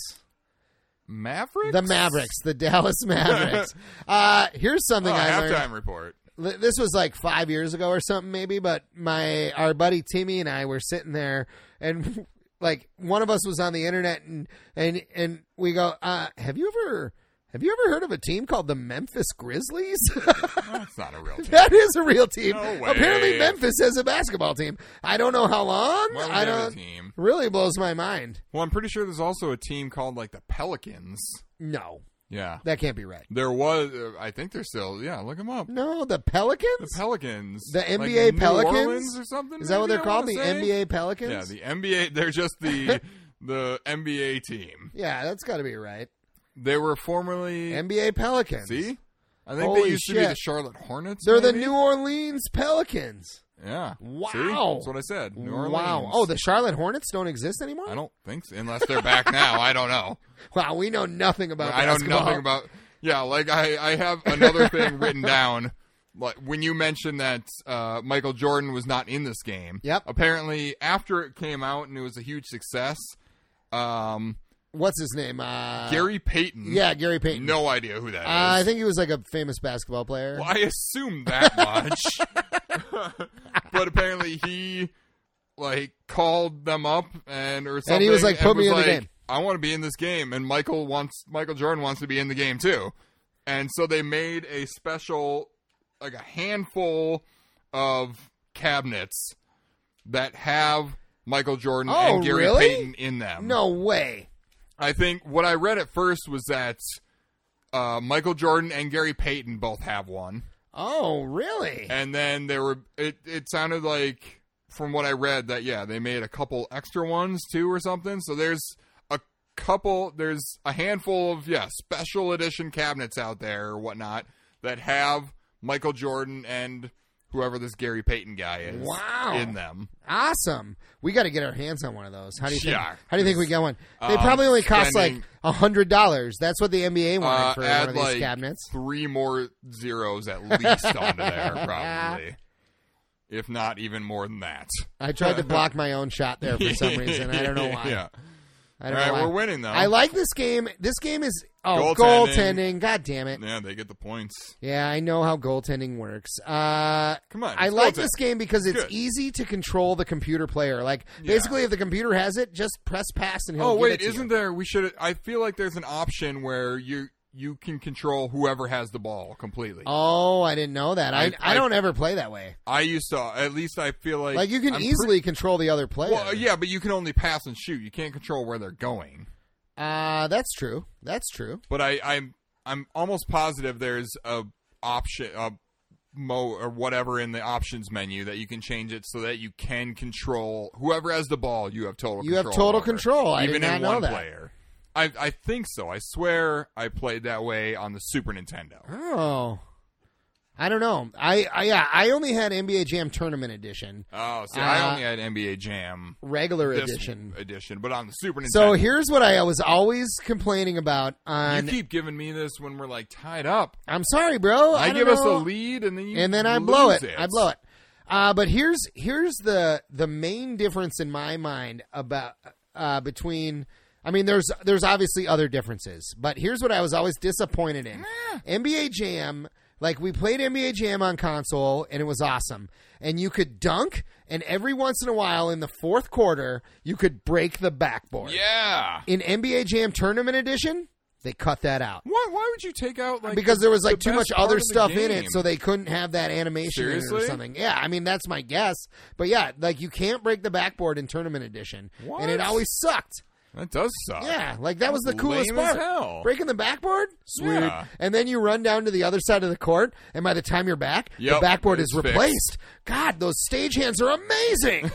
S2: Mavericks.
S1: The Mavericks, the
S2: *laughs*
S1: Dallas Mavericks. uh, here's
S2: Oh,
S1: something I learned.
S2: halftime report.
S1: Li- this was like five years ago or something maybe but my our buddy timmy and i were sitting there and *laughs* like one of us was on the internet and and and we go uh have you ever have you ever heard of a team called the memphis grizzlies *laughs*
S2: That's not a real team.
S1: that is a real team
S2: No way.
S1: apparently memphis has a basketball team i don't know how long
S2: Why would
S1: i
S2: they have a
S1: don't
S2: team?
S1: really blows my mind.
S2: Well, I'm pretty sure there's also a team called like the Pelicans.
S1: No,
S2: Yeah.
S1: that can't be right.
S2: There was, uh, I think they're still, yeah, look them up.
S1: No, the
S2: The
S1: Pelicans.
S2: Pelicans.
S1: The
S2: Like
S1: NBA
S2: New
S1: Pelicans?
S2: Orleans or something?
S1: Is that what
S2: maybe,
S1: they're
S2: I
S1: called? The
S2: wanna say?
S1: NBA Pelicans.
S2: Yeah, the NBA. *laughs* They're just
S1: *laughs*
S2: the the NBA team.
S1: Yeah, that's got to be right.
S2: They were formerly
S1: NBA Pelicans.
S2: see. I think
S1: Holy
S2: they used to be
S1: shit.
S2: the Charlotte Hornets.
S1: They're the
S2: maybe?
S1: New Orleans Pelicans.
S2: Yeah.
S1: Wow.
S2: See? That's what I said. New Orleans.
S1: Wow. Oh, the Charlotte Hornets don't exist anymore?
S2: I don't think so. Unless they're back now. I don't know.
S1: Wow, we know nothing about
S2: I don't
S1: basketball.
S2: know nothing about. Yeah, like I, I have another thing written down. Like when you mentioned that uh, Michael Jordan was not in this game.
S1: Yep.
S2: Apparently, after it came out and it was a huge success, um,
S1: What's his name? Uh,
S2: Gary Payton.
S1: Yeah, Gary Payton.
S2: No idea who that is.
S1: Uh, I think he was like a famous basketball player.
S2: Well, I assume that
S1: *laughs*
S2: much. but apparently he like called them up and or something.
S1: And he was like, "Put me in the
S2: like,
S1: game."
S2: I want to be in this game and Michael wants Michael Jordan wants to be in the game too. And so they made a special like a handful of cabinets that have Michael Jordan
S1: Oh,
S2: and Gary
S1: really?
S2: Payton in them.
S1: No way.
S2: I think what I read at first was that uh, Michael Jordan and Gary Payton both have one.
S1: Oh, really?
S2: And then there were it it sounded like from what I read that yeah, they made a couple extra ones too or something. So there's a couple there's a handful of yeah, special edition cabinets out there or whatnot that have Michael Jordan and whoever this Gary Payton guy is
S1: Wow.
S2: in them.
S1: Awesome. We got to get our hands on one of those. How do you think?
S2: Yeah.
S1: How do you think we got one? They
S2: Um,
S1: probably only cost
S2: spending-
S1: like hundred dollars. That's what the NBA wanted
S2: Uh,
S1: for one
S2: add
S1: of these
S2: like
S1: cabinets.
S2: three more zeros at least
S1: *laughs*
S2: onto there, probably. If not even more than that.
S1: I tried to block my own shot there for
S2: *laughs*
S1: some reason. I don't know why.
S2: yeah.
S1: I
S2: All
S1: don't know
S2: right,
S1: why.
S2: we're winning though.
S1: I like this game. This game is oh
S2: Goaltending.
S1: goaltending. God damn it.
S2: Yeah, they get the points.
S1: Yeah, I know how goaltending works. Uh,
S2: Come on.
S1: I
S2: it's
S1: like
S2: goaltend.
S1: this game because it's
S2: Good.
S1: easy to control the computer player. Like basically, if the computer has it, just press pass and he'll.
S2: Oh
S1: give
S2: wait,
S1: it to
S2: isn't
S1: you.
S2: there? We should. I feel like there's an option where you you can control whoever has the ball completely.
S1: Oh, I didn't know that. I, I,
S2: I- I-
S1: don't ever play that way.
S2: I used to. At least I feel like
S1: Like you can
S2: I'm
S1: easily control the other player.
S2: Pretty, well, yeah, but you can only pass and shoot. You can't control where they're going.
S1: Uh, that's true. That's true.
S2: But I, I'm I'm almost positive there's a option a mo or whatever in the options menu that you can change it so that you can control whoever has the ball. You have total.
S1: You have
S2: control
S1: total
S2: over,
S1: control. I did
S2: even
S1: not
S2: in
S1: know
S2: one
S1: that.
S2: player. I, I think so. I swear I played that way on the Super Nintendo.
S1: Oh, I don't know. I, I yeah, I only had NBA Jam Tournament Edition,
S2: Oh, see, I
S1: Uh,
S2: only had NBA Jam
S1: regular
S2: this
S1: edition.
S2: edition, but on the Super Nintendo.
S1: So here's what I was always complaining about
S2: you
S1: on.
S2: keep giving me this when we're like tied up.
S1: I'm sorry, bro. I,
S2: I,
S1: don't
S2: give us a
S1: know.
S2: lead, and then you
S1: and then I blow
S2: lose
S1: it. I blow it. Uh, but here's here's the the main difference in my mind about uh, between. I mean, there's there's obviously other differences, but here's what I was always disappointed in NBA Jam. Like we played NBA Jam on console, and it was awesome. And you could dunk, and every once in a while, in the fourth quarter, you could break the backboard.
S2: Yeah.
S1: In NBA Jam Tournament Edition, they cut that out
S2: Why? Why would you take out like
S1: because there was
S2: the
S1: like too
S2: best
S1: much
S2: part
S1: other
S2: of the
S1: stuff in it,
S2: game?
S1: so they couldn't have that animation in it or
S2: Seriously?
S1: something. Yeah, I mean that's my guess, but yeah, like you can't break the backboard in tournament edition, and it
S2: What?
S1: always sucked.
S2: that does suck.
S1: Yeah, like that was the
S2: Lame
S1: coolest
S2: as
S1: part.
S2: hell.
S1: Breaking the backboard, sweet.
S2: Yeah.
S1: And then you run down to the other side of the court, and by the time you're back, the
S2: Yep,
S1: backboard is
S2: it's fixed.
S1: replaced. God, those stagehands are
S2: *laughs*
S1: amazing.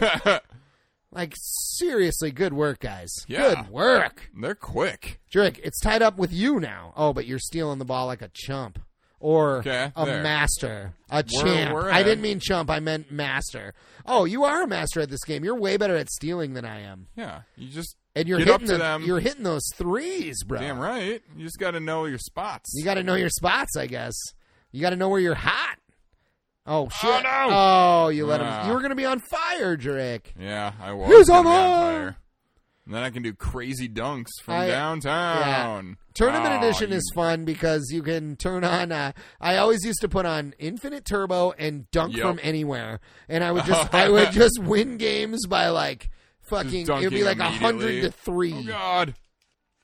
S1: like seriously, good work, guys.
S2: Yeah.
S1: Good work.
S2: They're quick.
S1: Drake, it's tied up with you now. Oh, but you're stealing the ball like a chump. Or
S2: Okay,
S1: a
S2: there.
S1: master. A
S2: We're-
S1: champ.
S2: we're
S1: I
S2: ahead.
S1: didn't mean chump, I meant master. Oh, you are a master at this game. You're way better at stealing than I am.
S2: Yeah. You just
S1: And you're
S2: get
S1: hitting
S2: up to
S1: the-
S2: them.
S1: you're hitting those threes, bro.
S2: damn right. You just got to know your spots.
S1: You gotta know your spots, I guess. You gotta know where you're hot. Oh shit.
S2: no.
S1: Oh, you let
S2: Ah.
S1: him you were gonna be on fire, Drake.
S2: yeah, I was.
S1: Here's
S2: gonna be
S1: on
S2: on
S1: the-
S2: fire. And then I can do crazy dunks from
S1: I-
S2: downtown.
S1: Tournament
S2: Oh,
S1: edition
S2: you
S1: is fun because you can turn on. Uh, I always used to put on infinite turbo and dunk
S2: Yep.
S1: from anywhere, and I would
S2: *laughs*
S1: just I would just win games by like fucking. It would be
S2: dunking
S1: like a hundred
S2: immediately.
S1: to three
S2: Oh God!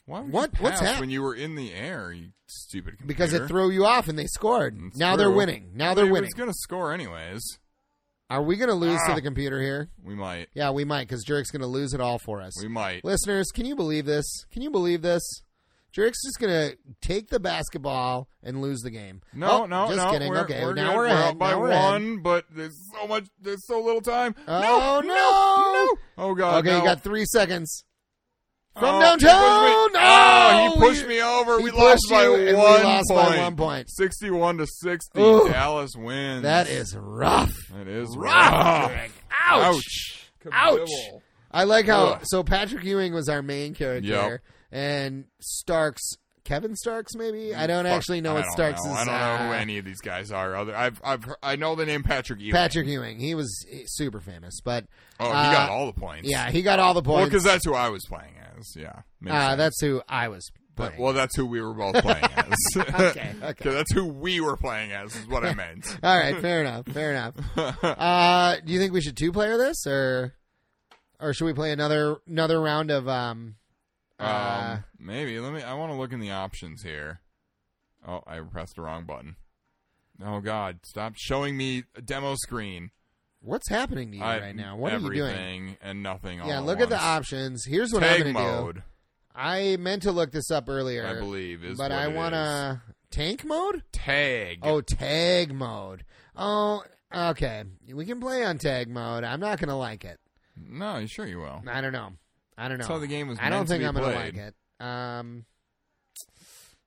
S2: Why would
S1: What-
S2: You
S1: what's
S2: pass
S1: hap-
S2: when you were in the air? You stupid computer.
S1: because it threw you off and they scored.
S2: It's
S1: now they're
S2: true.
S1: winning. Now
S2: They
S1: they're
S2: was
S1: winning.
S2: gonna score anyways.
S1: Are we going to lose to
S2: Ah.
S1: the computer here?
S2: We might.
S1: Yeah, we might because Jerick's going to lose it all for us.
S2: We might.
S1: Listeners, can you believe this? Can you believe this? Jerick's just going to take the basketball and lose the game.
S2: No,
S1: Oh,
S2: no,
S1: just
S2: no.
S1: kidding.
S2: We're,
S1: okay,
S2: we're
S1: now
S2: good.
S1: we're,
S2: We're
S1: ahead.
S2: up by
S1: now we're ahead.
S2: one, but there's so much. There's so little time.
S1: Oh,
S2: no, no,
S1: no.
S2: Oh god.
S1: Okay,
S2: no.
S1: you got three seconds. From
S2: Oh,
S1: downtown!
S2: he pushed me- Oh, he
S1: No!
S2: pushed me over.
S1: He
S2: We
S1: pushed
S2: lost by
S1: you,
S2: one
S1: and we lost
S2: point.
S1: by one point.
S2: Sixty-one to sixty.
S1: Ooh.
S2: Dallas wins.
S1: That is rough.
S2: That is
S1: Rough.
S2: rough.
S1: Greg. Ouch. Ouch.
S2: Kabibble.
S1: I like how
S2: Ugh.
S1: so Patrick Ewing was our main character,
S2: Yep.
S1: and Starks, Kevin Starks, maybe I don't
S2: Fuck,
S1: actually know
S2: I
S1: what
S2: don't
S1: Starks
S2: know.
S1: is.
S2: I don't know who
S1: uh,
S2: any of these guys are. Other, I've, I've, heard- I know the name Patrick Ewing.
S1: Patrick Ewing. He was eh, super famous, but
S2: oh, he
S1: uh,
S2: got all the points.
S1: yeah, he got all the
S2: Well,
S1: points.
S2: because that's who I was playing as. Yeah. Makes
S1: uh,
S2: sense.
S1: that's who I was.
S2: But-
S1: playing.
S2: well, that's who we
S1: *laughs*
S2: were both playing as. *laughs*
S1: Okay, okay.
S2: 'Cause that's who we were playing as
S1: *laughs*
S2: is what I meant.
S1: all right, fair enough, fair enough. Uh, do you think we should two player this, or or should we play another another round of um? uh,
S2: um, maybe let me. I want to look in the options here. Oh, I pressed the wrong button. Oh God! Stop showing me a demo screen.
S1: what's happening to you
S2: I-
S1: right now? What are you
S2: everything
S1: doing?
S2: and nothing. all
S1: Yeah,
S2: at
S1: look at the
S2: once.
S1: options. Here's what
S2: Tag
S1: I'm going to do.
S2: mode.
S1: I meant to look this up earlier,
S2: I believe is.
S1: but
S2: what
S1: I
S2: it
S1: want
S2: is.
S1: to tank mode.
S2: tag.
S1: Oh, tag mode. Oh, okay. We can play on tag mode. I'm not gonna like it.
S2: no, sure you will.
S1: I don't know. I don't know.
S2: That's how the game was.
S1: I don't
S2: meant to
S1: think
S2: be
S1: I'm
S2: played.
S1: gonna like it. Um,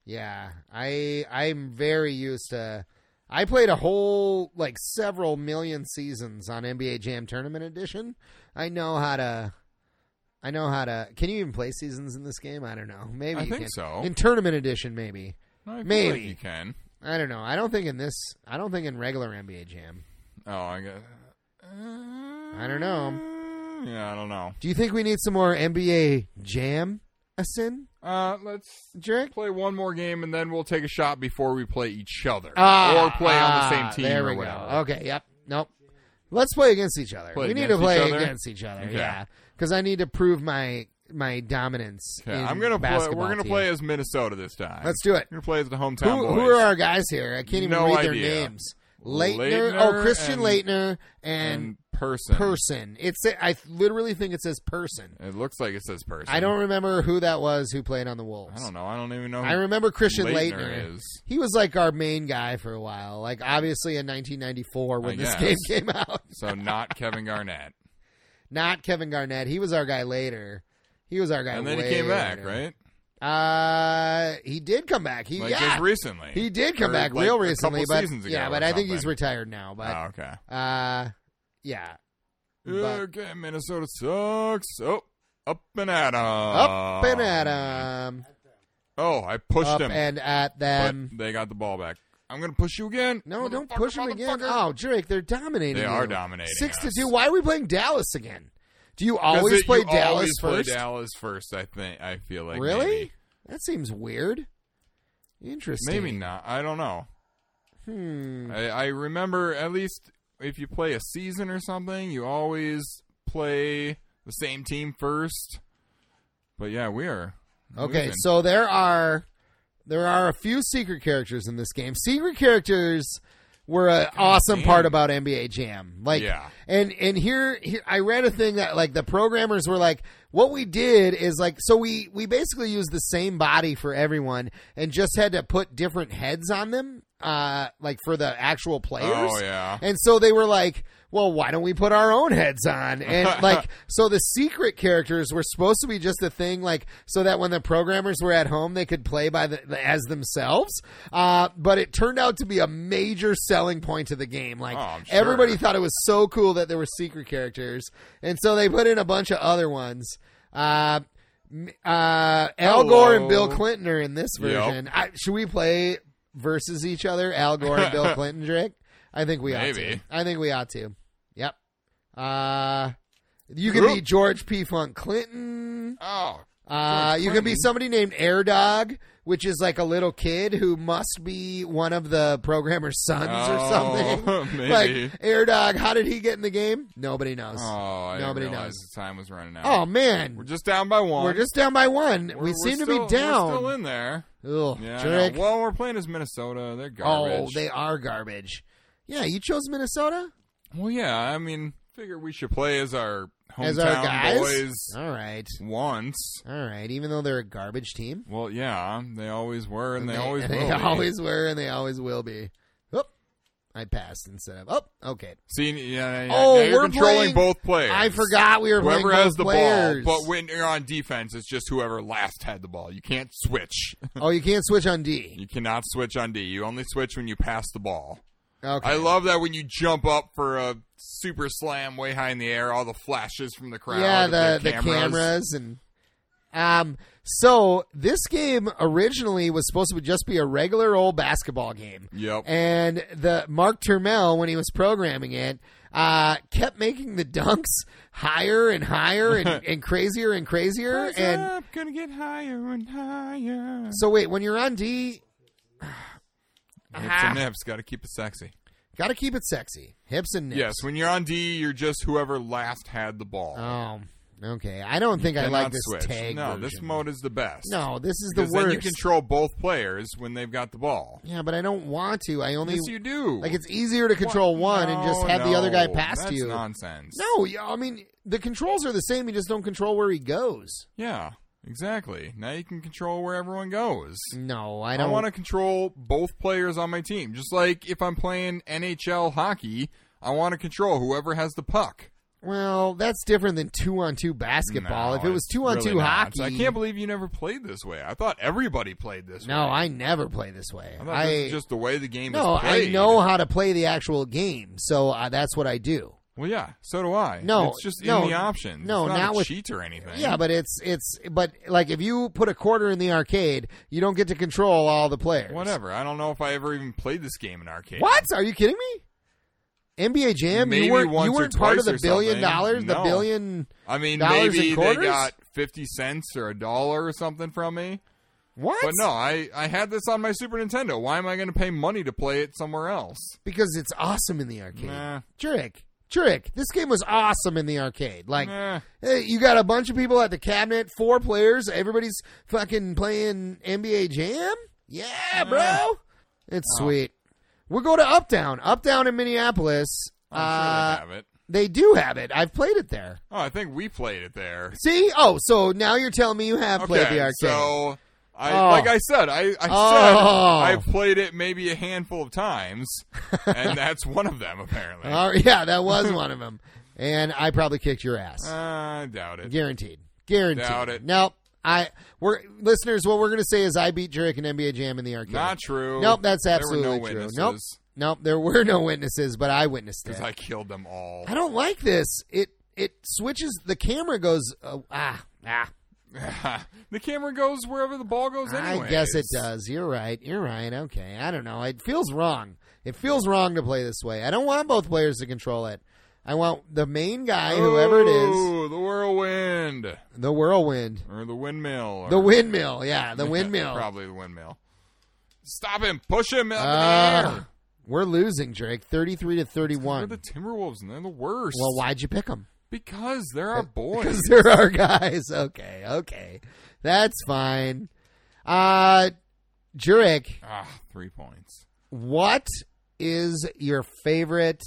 S1: yeah, I I'm very used to. I played a whole like several million seasons on NBA Jam Tournament Edition. I know how to. I know how to. Can you even play seasons in this game? I don't know. Maybe
S2: I
S1: you
S2: think
S1: can.
S2: so.
S1: In Tournament Edition, maybe.
S2: I feel like
S1: maybe.
S2: you can.
S1: I don't know. I don't think in this. I don't think in regular NBA Jam.
S2: Oh, I guess.
S1: I don't know.
S2: Yeah, I don't know.
S1: Do you think we need some more NBA Jam? Asin,
S2: Uh, let's
S1: Jerick?
S2: play one more game and then we'll take a shot before we play each other
S1: Ah,
S2: or play on the same
S1: ah,
S2: team
S1: There
S2: or
S1: we
S2: whatever.
S1: go. Okay. Yep. Nope. Let's play against each other.
S2: Play
S1: we need to
S2: against each
S1: play
S2: other?
S1: against each other.
S2: Okay.
S1: Yeah, because I need to prove my my dominance.
S2: Okay,
S1: in
S2: I'm gonna play.
S1: basketball
S2: We're gonna
S1: team.
S2: play as Minnesota this time.
S1: Let's do it.
S2: We're gonna play as the hometown
S1: Who,
S2: boys.
S1: who are our guys here? I can't even
S2: No
S1: read their
S2: idea.
S1: names. Leitner, oh
S2: Leitner
S1: Christian
S2: and-
S1: Leitner and,
S2: and person?
S1: person. It's I literally think it says person.
S2: It looks like it says person.
S1: I don't remember who that was who played on the Wolves.
S2: I don't know. I don't even know.
S1: I remember Christian
S2: Leitner
S1: Leitner.
S2: is.
S1: He was like our main guy for a while. Like obviously in 1994 when
S2: I
S1: this game *laughs*
S2: guess.
S1: came out.
S2: so not
S1: *laughs*
S2: Kevin Garnett.
S1: Not Kevin Garnett. He was our guy later. He was our guy.
S2: And then he
S1: way
S2: came back,
S1: later.
S2: right?
S1: Uh, he did come back. He
S2: Like
S1: yeah,
S2: just recently.
S1: he did come
S2: Or,
S1: back
S2: like,
S1: real
S2: a couple
S1: recently, but
S2: seasons ago
S1: yeah,
S2: or
S1: but I think he's
S2: something.
S1: retired now. But
S2: oh, okay.
S1: uh, yeah, but-
S2: okay, Minnesota sucks. Oh, up and at him.
S1: up and at 'em.
S2: Oh, I pushed
S1: up
S2: him,
S1: and at
S2: but
S1: them.
S2: they got the ball back. I'm gonna push you again.
S1: No, don't
S2: Motherfucker,
S1: push them again.
S2: motherfucker.
S1: Oh, Drake, they're dominating.
S2: They
S1: you.
S2: are dominating
S1: Six to
S2: us.
S1: two. Why are we playing Dallas again? Do you
S2: 'Cause
S1: Oh, always
S2: it-
S1: play
S2: you
S1: Dallas
S2: always play
S1: first?
S2: Dallas first. I think. I feel like
S1: really?
S2: maybe.
S1: That seems weird. Interesting.
S2: Maybe not. I don't know.
S1: Hmm.
S2: I, I remember at least if you play a season or something, you always play the same team first. But yeah, we are
S1: Okay,
S2: moving.
S1: so there are there are a few secret characters in this game. Secret characters were an awesome
S2: damn.
S1: part about NBA Jam. Like
S2: Yeah.
S1: and and here, here I read a thing that like the programmers were like what we did is like so we we basically used the same body for everyone and just had to put different heads on them uh like for the actual players.
S2: Oh yeah.
S1: And so they were like, well, why don't we put our own heads on?
S2: *laughs*
S1: And like, so the secret characters were supposed to be just a thing, like, so that when the programmers were at home, they could play by the, as themselves. Uh, but it turned out to be a major selling point to the game. Like,
S2: Oh, I'm sure.
S1: everybody thought it was so cool that there were secret characters. And so they put in a bunch of other ones. Uh, m- uh, Al
S2: Hello.
S1: Gore and Bill Clinton are in this
S2: Yep.
S1: version. I, should we play versus each other, Al Gore and
S2: *laughs*
S1: Bill Clinton, Drake? I think we ought to.
S2: Maybe.
S1: I think we ought to. Yep. Uh, you can be
S2: Oop.
S1: George P. Funk Clinton.
S2: Oh,
S1: Uh,
S2: George
S1: you can be
S2: Clinton.
S1: somebody named Air Dog, which is like a little kid who must be one of the programmer's sons
S2: Oh,
S1: or something.
S2: *laughs* maybe.
S1: Like Air Dog, how did he get in the game? Nobody knows.
S2: oh, I didn't
S1: Nobody
S2: realize
S1: knows.
S2: the time was running out.
S1: Oh, man,
S2: we're just down by one.
S1: we're just down by one.
S2: We're-
S1: we
S2: we're
S1: seem to
S2: still-
S1: be down.
S2: We're still in there.
S1: Ugh,
S2: Yeah. I
S1: Drake.
S2: know. Well, we're playing as Minnesota. They're
S1: Oh,
S2: garbage.
S1: they are garbage. Yeah, you chose Minnesota.
S2: Well, yeah. I mean, figure we should play as our hometown
S1: As our guys?
S2: boys
S1: All right.
S2: once.
S1: All right. Even though they're a garbage team.
S2: Well, yeah, they always were, and, they,
S1: *laughs*
S2: always
S1: and
S2: will.
S1: They
S2: be.
S1: always were and they always will be. Oh, I passed instead of. Oh, okay.
S2: See, yeah, yeah,
S1: Oh,
S2: now you're
S1: we're
S2: controlling
S1: playing-
S2: both players.
S1: I forgot we were playing
S2: Whoever has
S1: both
S2: the
S1: players.
S2: ball, but when you're on defense, it's just whoever last had the ball. You can't switch.
S1: oh, you can't switch on D.
S2: You cannot switch on D. You only switch when you pass the ball.
S1: Okay.
S2: I love that when you jump up for a super slam way high in the air, all the flashes from the crowd.
S1: Yeah,
S2: of
S1: the,
S2: their
S1: the cameras and um so this game originally was supposed to just be a regular old basketball game.
S2: Yep.
S1: And the Mark Turmel when he was programming it uh, kept making the dunks higher and higher and,
S2: *laughs*
S1: and crazier and crazier and
S2: up, gonna get higher and higher.
S1: so wait when you're on D
S2: Hips
S1: Ah.
S2: and nips, gotta keep it sexy.
S1: got to keep it sexy hips and nips
S2: Yes, when you're on D, you're just whoever last had the ball.
S1: oh okay I don't think I
S2: Cannot
S1: like this
S2: switch.
S1: tag
S2: No, this
S1: version.
S2: mode is the best.
S1: no this is the
S2: because
S1: worst
S2: then you control both players when they've got the ball.
S1: yeah but I don't want to I only
S2: Yes, you do.
S1: Like it's easier to control one and just
S2: No,
S1: have the other guy
S2: no,
S1: pass
S2: that's
S1: to you.
S2: Nonsense.
S1: No, yeah, I mean the controls are the same. You just don't control where he goes.
S2: Yeah, exactly. Now you can control where everyone goes.
S1: No, Mm, I
S2: I,
S1: don't.
S2: want to control both players on my team. Just like if I'm playing NHL hockey, I want to control whoever has the puck.
S1: Well, that's different than two on two basketball.
S2: No,
S1: if it was
S2: it's
S1: two on
S2: really
S1: two
S2: not.
S1: hockey,
S2: I can't believe you never played this way. I thought everybody played this
S1: No,
S2: way.
S1: I never play this way.
S2: I thought
S1: I,
S2: this is just the way the game
S1: no,
S2: is played.
S1: I know how to play the actual game, so uh, that's what I do.
S2: Well, yeah, so do I.
S1: No,
S2: it's just
S1: no,
S2: in the options.
S1: no,
S2: it's not,
S1: not
S2: a
S1: with-
S2: cheat or anything.
S1: Yeah, but it's it's but like if you put a quarter in the arcade, you don't get to control all the players.
S2: whatever. I don't know if I ever even played this game in arcade.
S1: What? Are you kidding me? NBA Jam?
S2: Maybe
S1: you weren't,
S2: once
S1: you
S2: or
S1: weren't part of
S2: twice
S1: the
S2: or
S1: billion
S2: something.
S1: dollars, the
S2: No.
S1: billion.
S2: I mean,
S1: Dollars and
S2: maybe they
S1: quarters?
S2: got fifty cents or a dollar or something from me.
S1: What?
S2: But no, I, I had this on my Super Nintendo. Why am I going to pay money to play it somewhere else?
S1: Because it's awesome in the arcade.
S2: Nah.
S1: Jurek, Jurek, this game was awesome in the arcade. Like,
S2: Nah.
S1: eh, you got a bunch of people at the cabinet, four players, everybody's fucking playing NBA Jam? Yeah, bro. It's sweet. We'll go to Uptown. Uptown in Minneapolis.
S2: I'm
S1: uh,
S2: sure they have it.
S1: they do have it. I've played it there.
S2: Oh, I think we played it there.
S1: See? Oh, so now you're telling me you have played
S2: okay,
S1: the arcade.
S2: so I
S1: Oh.
S2: like I said, I, I
S1: Oh.
S2: said I've played it maybe a handful
S1: *laughs*
S2: of times, and that's one of them apparently.
S1: Oh, *laughs* yeah, that was one of them. And I probably kicked your
S2: Uh,
S1: ass.
S2: I doubt it.
S1: Guaranteed. Guaranteed.
S2: Doubt it.
S1: Nope. I we're listeners. What we're gonna say is I beat Jurek in NBA Jam in the arcade.
S2: Not true.
S1: Nope, that's absolutely
S2: there were no
S1: true.
S2: Witnesses.
S1: Nope, nope. There were no witnesses, but I witnessed it.
S2: because I killed them all.
S1: I don't like this. It it switches. The camera goes. Uh, ah ah.
S2: *laughs* the camera goes wherever the ball goes. Anyways.
S1: I guess it does. You're right. You're right. Okay. I don't know. It feels wrong. It feels wrong to play this way. I don't want both players to control it. I want the main guy, whoever it is,
S2: Ooh, the whirlwind
S1: the whirlwind,
S2: or the windmill. Or
S1: the windmill. Yeah,
S2: *laughs*
S1: the windmill.
S2: Probably the windmill. Stop him! Push him up in the
S1: Uh,
S2: air.
S1: we're losing, Drake. Thirty-three to
S2: They're
S1: thirty-one.
S2: the Timberwolves, and they're the worst.
S1: well, why'd you pick
S2: *laughs*
S1: them?
S2: Because they're our
S1: *laughs*
S2: boys.
S1: Because they're our guys. Okay, okay, that's fine. Uh, Jurek,
S2: ah, three points.
S1: what is your favorite?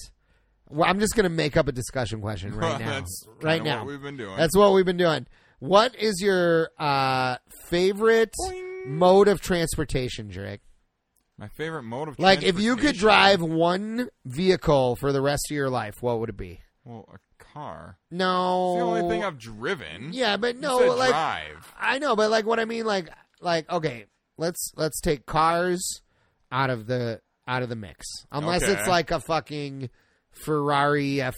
S1: Well, I'm just gonna make up a discussion question
S2: *laughs*
S1: right now.
S2: that's kinda
S1: right
S2: what
S1: now,
S2: we've been doing.
S1: that's what we've been doing. What is your uh, favorite
S2: Boing.
S1: mode of transportation, Drake?
S2: my favorite mode of
S1: Like, if you could
S2: transportation-
S1: drive one vehicle for the rest of your life, what would it be?
S2: well, a car.
S1: No,
S2: It's the only thing I've driven.
S1: Oh. Yeah, but
S2: You
S1: no,
S2: said
S1: like
S2: drive.
S1: *laughs*
S2: *laughs*
S1: I know, but like what I mean, like like okay, let's let's take cars out of the out of the mix, unless
S2: Okay.
S1: it's like a fucking Ferrari F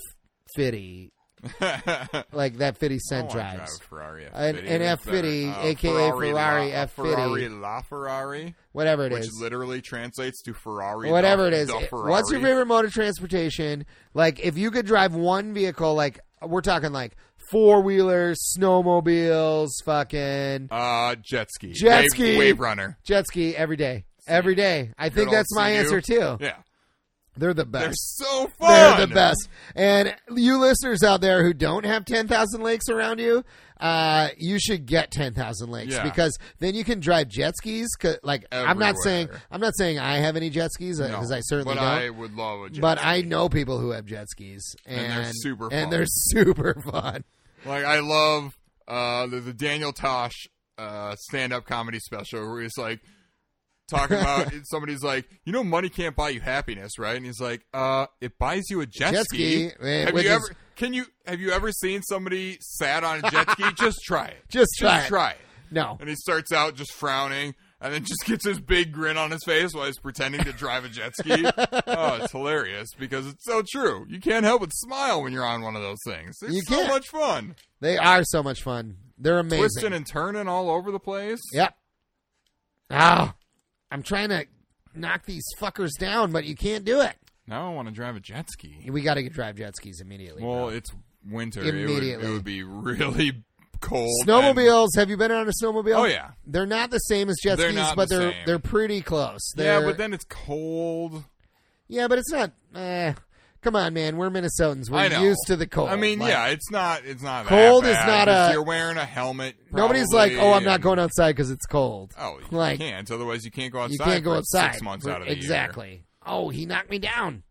S1: fifty, like that fifty cent
S2: Oh, I drive
S1: drives.
S2: a Ferrari
S1: An-
S2: F50.
S1: an
S2: That's better.
S1: F50,
S2: Uh,
S1: aka Ferrari
S2: La- a
S1: F50.
S2: Ferrari La Ferrari,
S1: Whatever it
S2: which
S1: is.
S2: literally translates to Ferrari.
S1: Whatever
S2: the-
S1: it is.
S2: the
S1: It-
S2: Ferrari.
S1: What's your favorite mode of transportation? Like if you could drive one vehicle, like we're talking like four wheelers, snowmobiles, fucking
S2: Uh, jet ski.
S1: Jet
S2: Wave-
S1: ski.
S2: Wave runner.
S1: jet ski every day. Every day. I think
S2: Good old
S1: that's my
S2: CU.
S1: answer too.
S2: Yeah.
S1: They're the
S2: They're
S1: best.
S2: so
S1: Oh. *laughs* They're
S2: fun.
S1: the best. And you listeners out there who don't have 10,000 lakes around you, uh, you should get 10,000 lakes
S2: Yeah. because
S1: because then you can drive jet skis. like, I'm not saying,
S2: Everywhere.
S1: I'm not saying I have any jet skis
S2: No,
S1: because I certainly
S2: but
S1: don't.
S2: I would love a jet
S1: but
S2: ski.
S1: I know people who have jet skis and,
S2: And they're super fun.
S1: and they're super fun.
S2: Like I love uh the, the Daniel Tosh uh stand up comedy special where he's like
S1: *laughs*
S2: talking about somebody's like, you know money can't buy you happiness, right? And he's like, uh it buys you a jet,
S1: Jet ski, eh,
S2: Have
S1: which
S2: you
S1: is-
S2: ever can you have you ever seen somebody sad on
S1: *laughs*
S2: a jet ski? Just try it.
S1: Just try
S2: Just
S1: it.
S2: try it.
S1: No,
S2: And he starts out just frowning and then just gets this big grin on his face while he's pretending to drive a
S1: *laughs*
S2: jet ski. oh, it's hilarious because it's so true. You can't help but smile when you're on one of those things. It's
S1: You
S2: so
S1: can't.
S2: much fun
S1: they are so much fun. They're amazing.
S2: twisting and turning all over the place.
S1: Yep. Ah, I'm trying to knock these fuckers down, but you can't do it.
S2: Now I want to drive a jet ski.
S1: We got to drive jet skis immediately.
S2: Well, it's winter. It would,
S1: Immediately.
S2: it would be really cold. and-
S1: Snowmobiles. Have you been on a snowmobile?
S2: Oh, yeah.
S1: They're not the same as jet
S2: They're
S1: skis,
S2: not
S1: but
S2: the
S1: they're
S2: same.
S1: they're pretty close.
S2: Yeah,
S1: They're,
S2: but then it's cold.
S1: yeah, but it's not. Eh, come on, man. We're Minnesotans. We're
S2: I know.
S1: used to the cold.
S2: I mean,
S1: Like,
S2: yeah, it's not. It's not that
S1: Cold is
S2: bad.
S1: not
S2: If
S1: a-
S2: You're wearing a helmet.
S1: Nobody's like,
S2: probably,
S1: oh, I'm not
S2: and-
S1: going outside because it's cold.
S2: Oh, you
S1: like
S2: can't. Otherwise, you can't go outside.
S1: you can't go
S2: for
S1: outside.
S2: Six months
S1: for-
S2: out of the year.
S1: exactly. Oh, he knocked me down.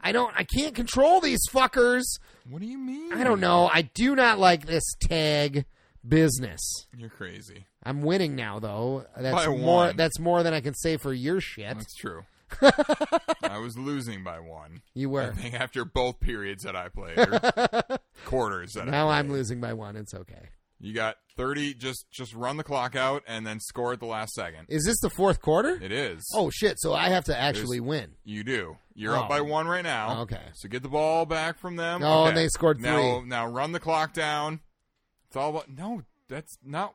S1: I don't. I can't control these fuckers.
S2: What do you mean?
S1: I don't know. I do not like this tag business.
S2: You're crazy.
S1: I'm winning now, though. That's
S2: By
S1: more.
S2: one.
S1: That's more than I can say for your shit.
S2: That's
S1: *laughs*
S2: true. I was losing by one.
S1: You
S2: I
S1: were.
S2: think after both periods that I played, or
S1: *laughs*
S2: quarters that I
S1: Now I'm
S2: played.
S1: losing by one. It's okay.
S2: You got 30. Just just run the clock out and then score at the last second.
S1: Is this the fourth quarter?
S2: It is.
S1: Oh shit! So I have to actually win.
S2: You do. You're
S1: Oh.
S2: up by one right now.
S1: Okay.
S2: So get the ball back from them.
S1: Oh,
S2: okay.
S1: and they scored
S2: Now,
S1: three.
S2: now run the clock down. It's all about. No, that's not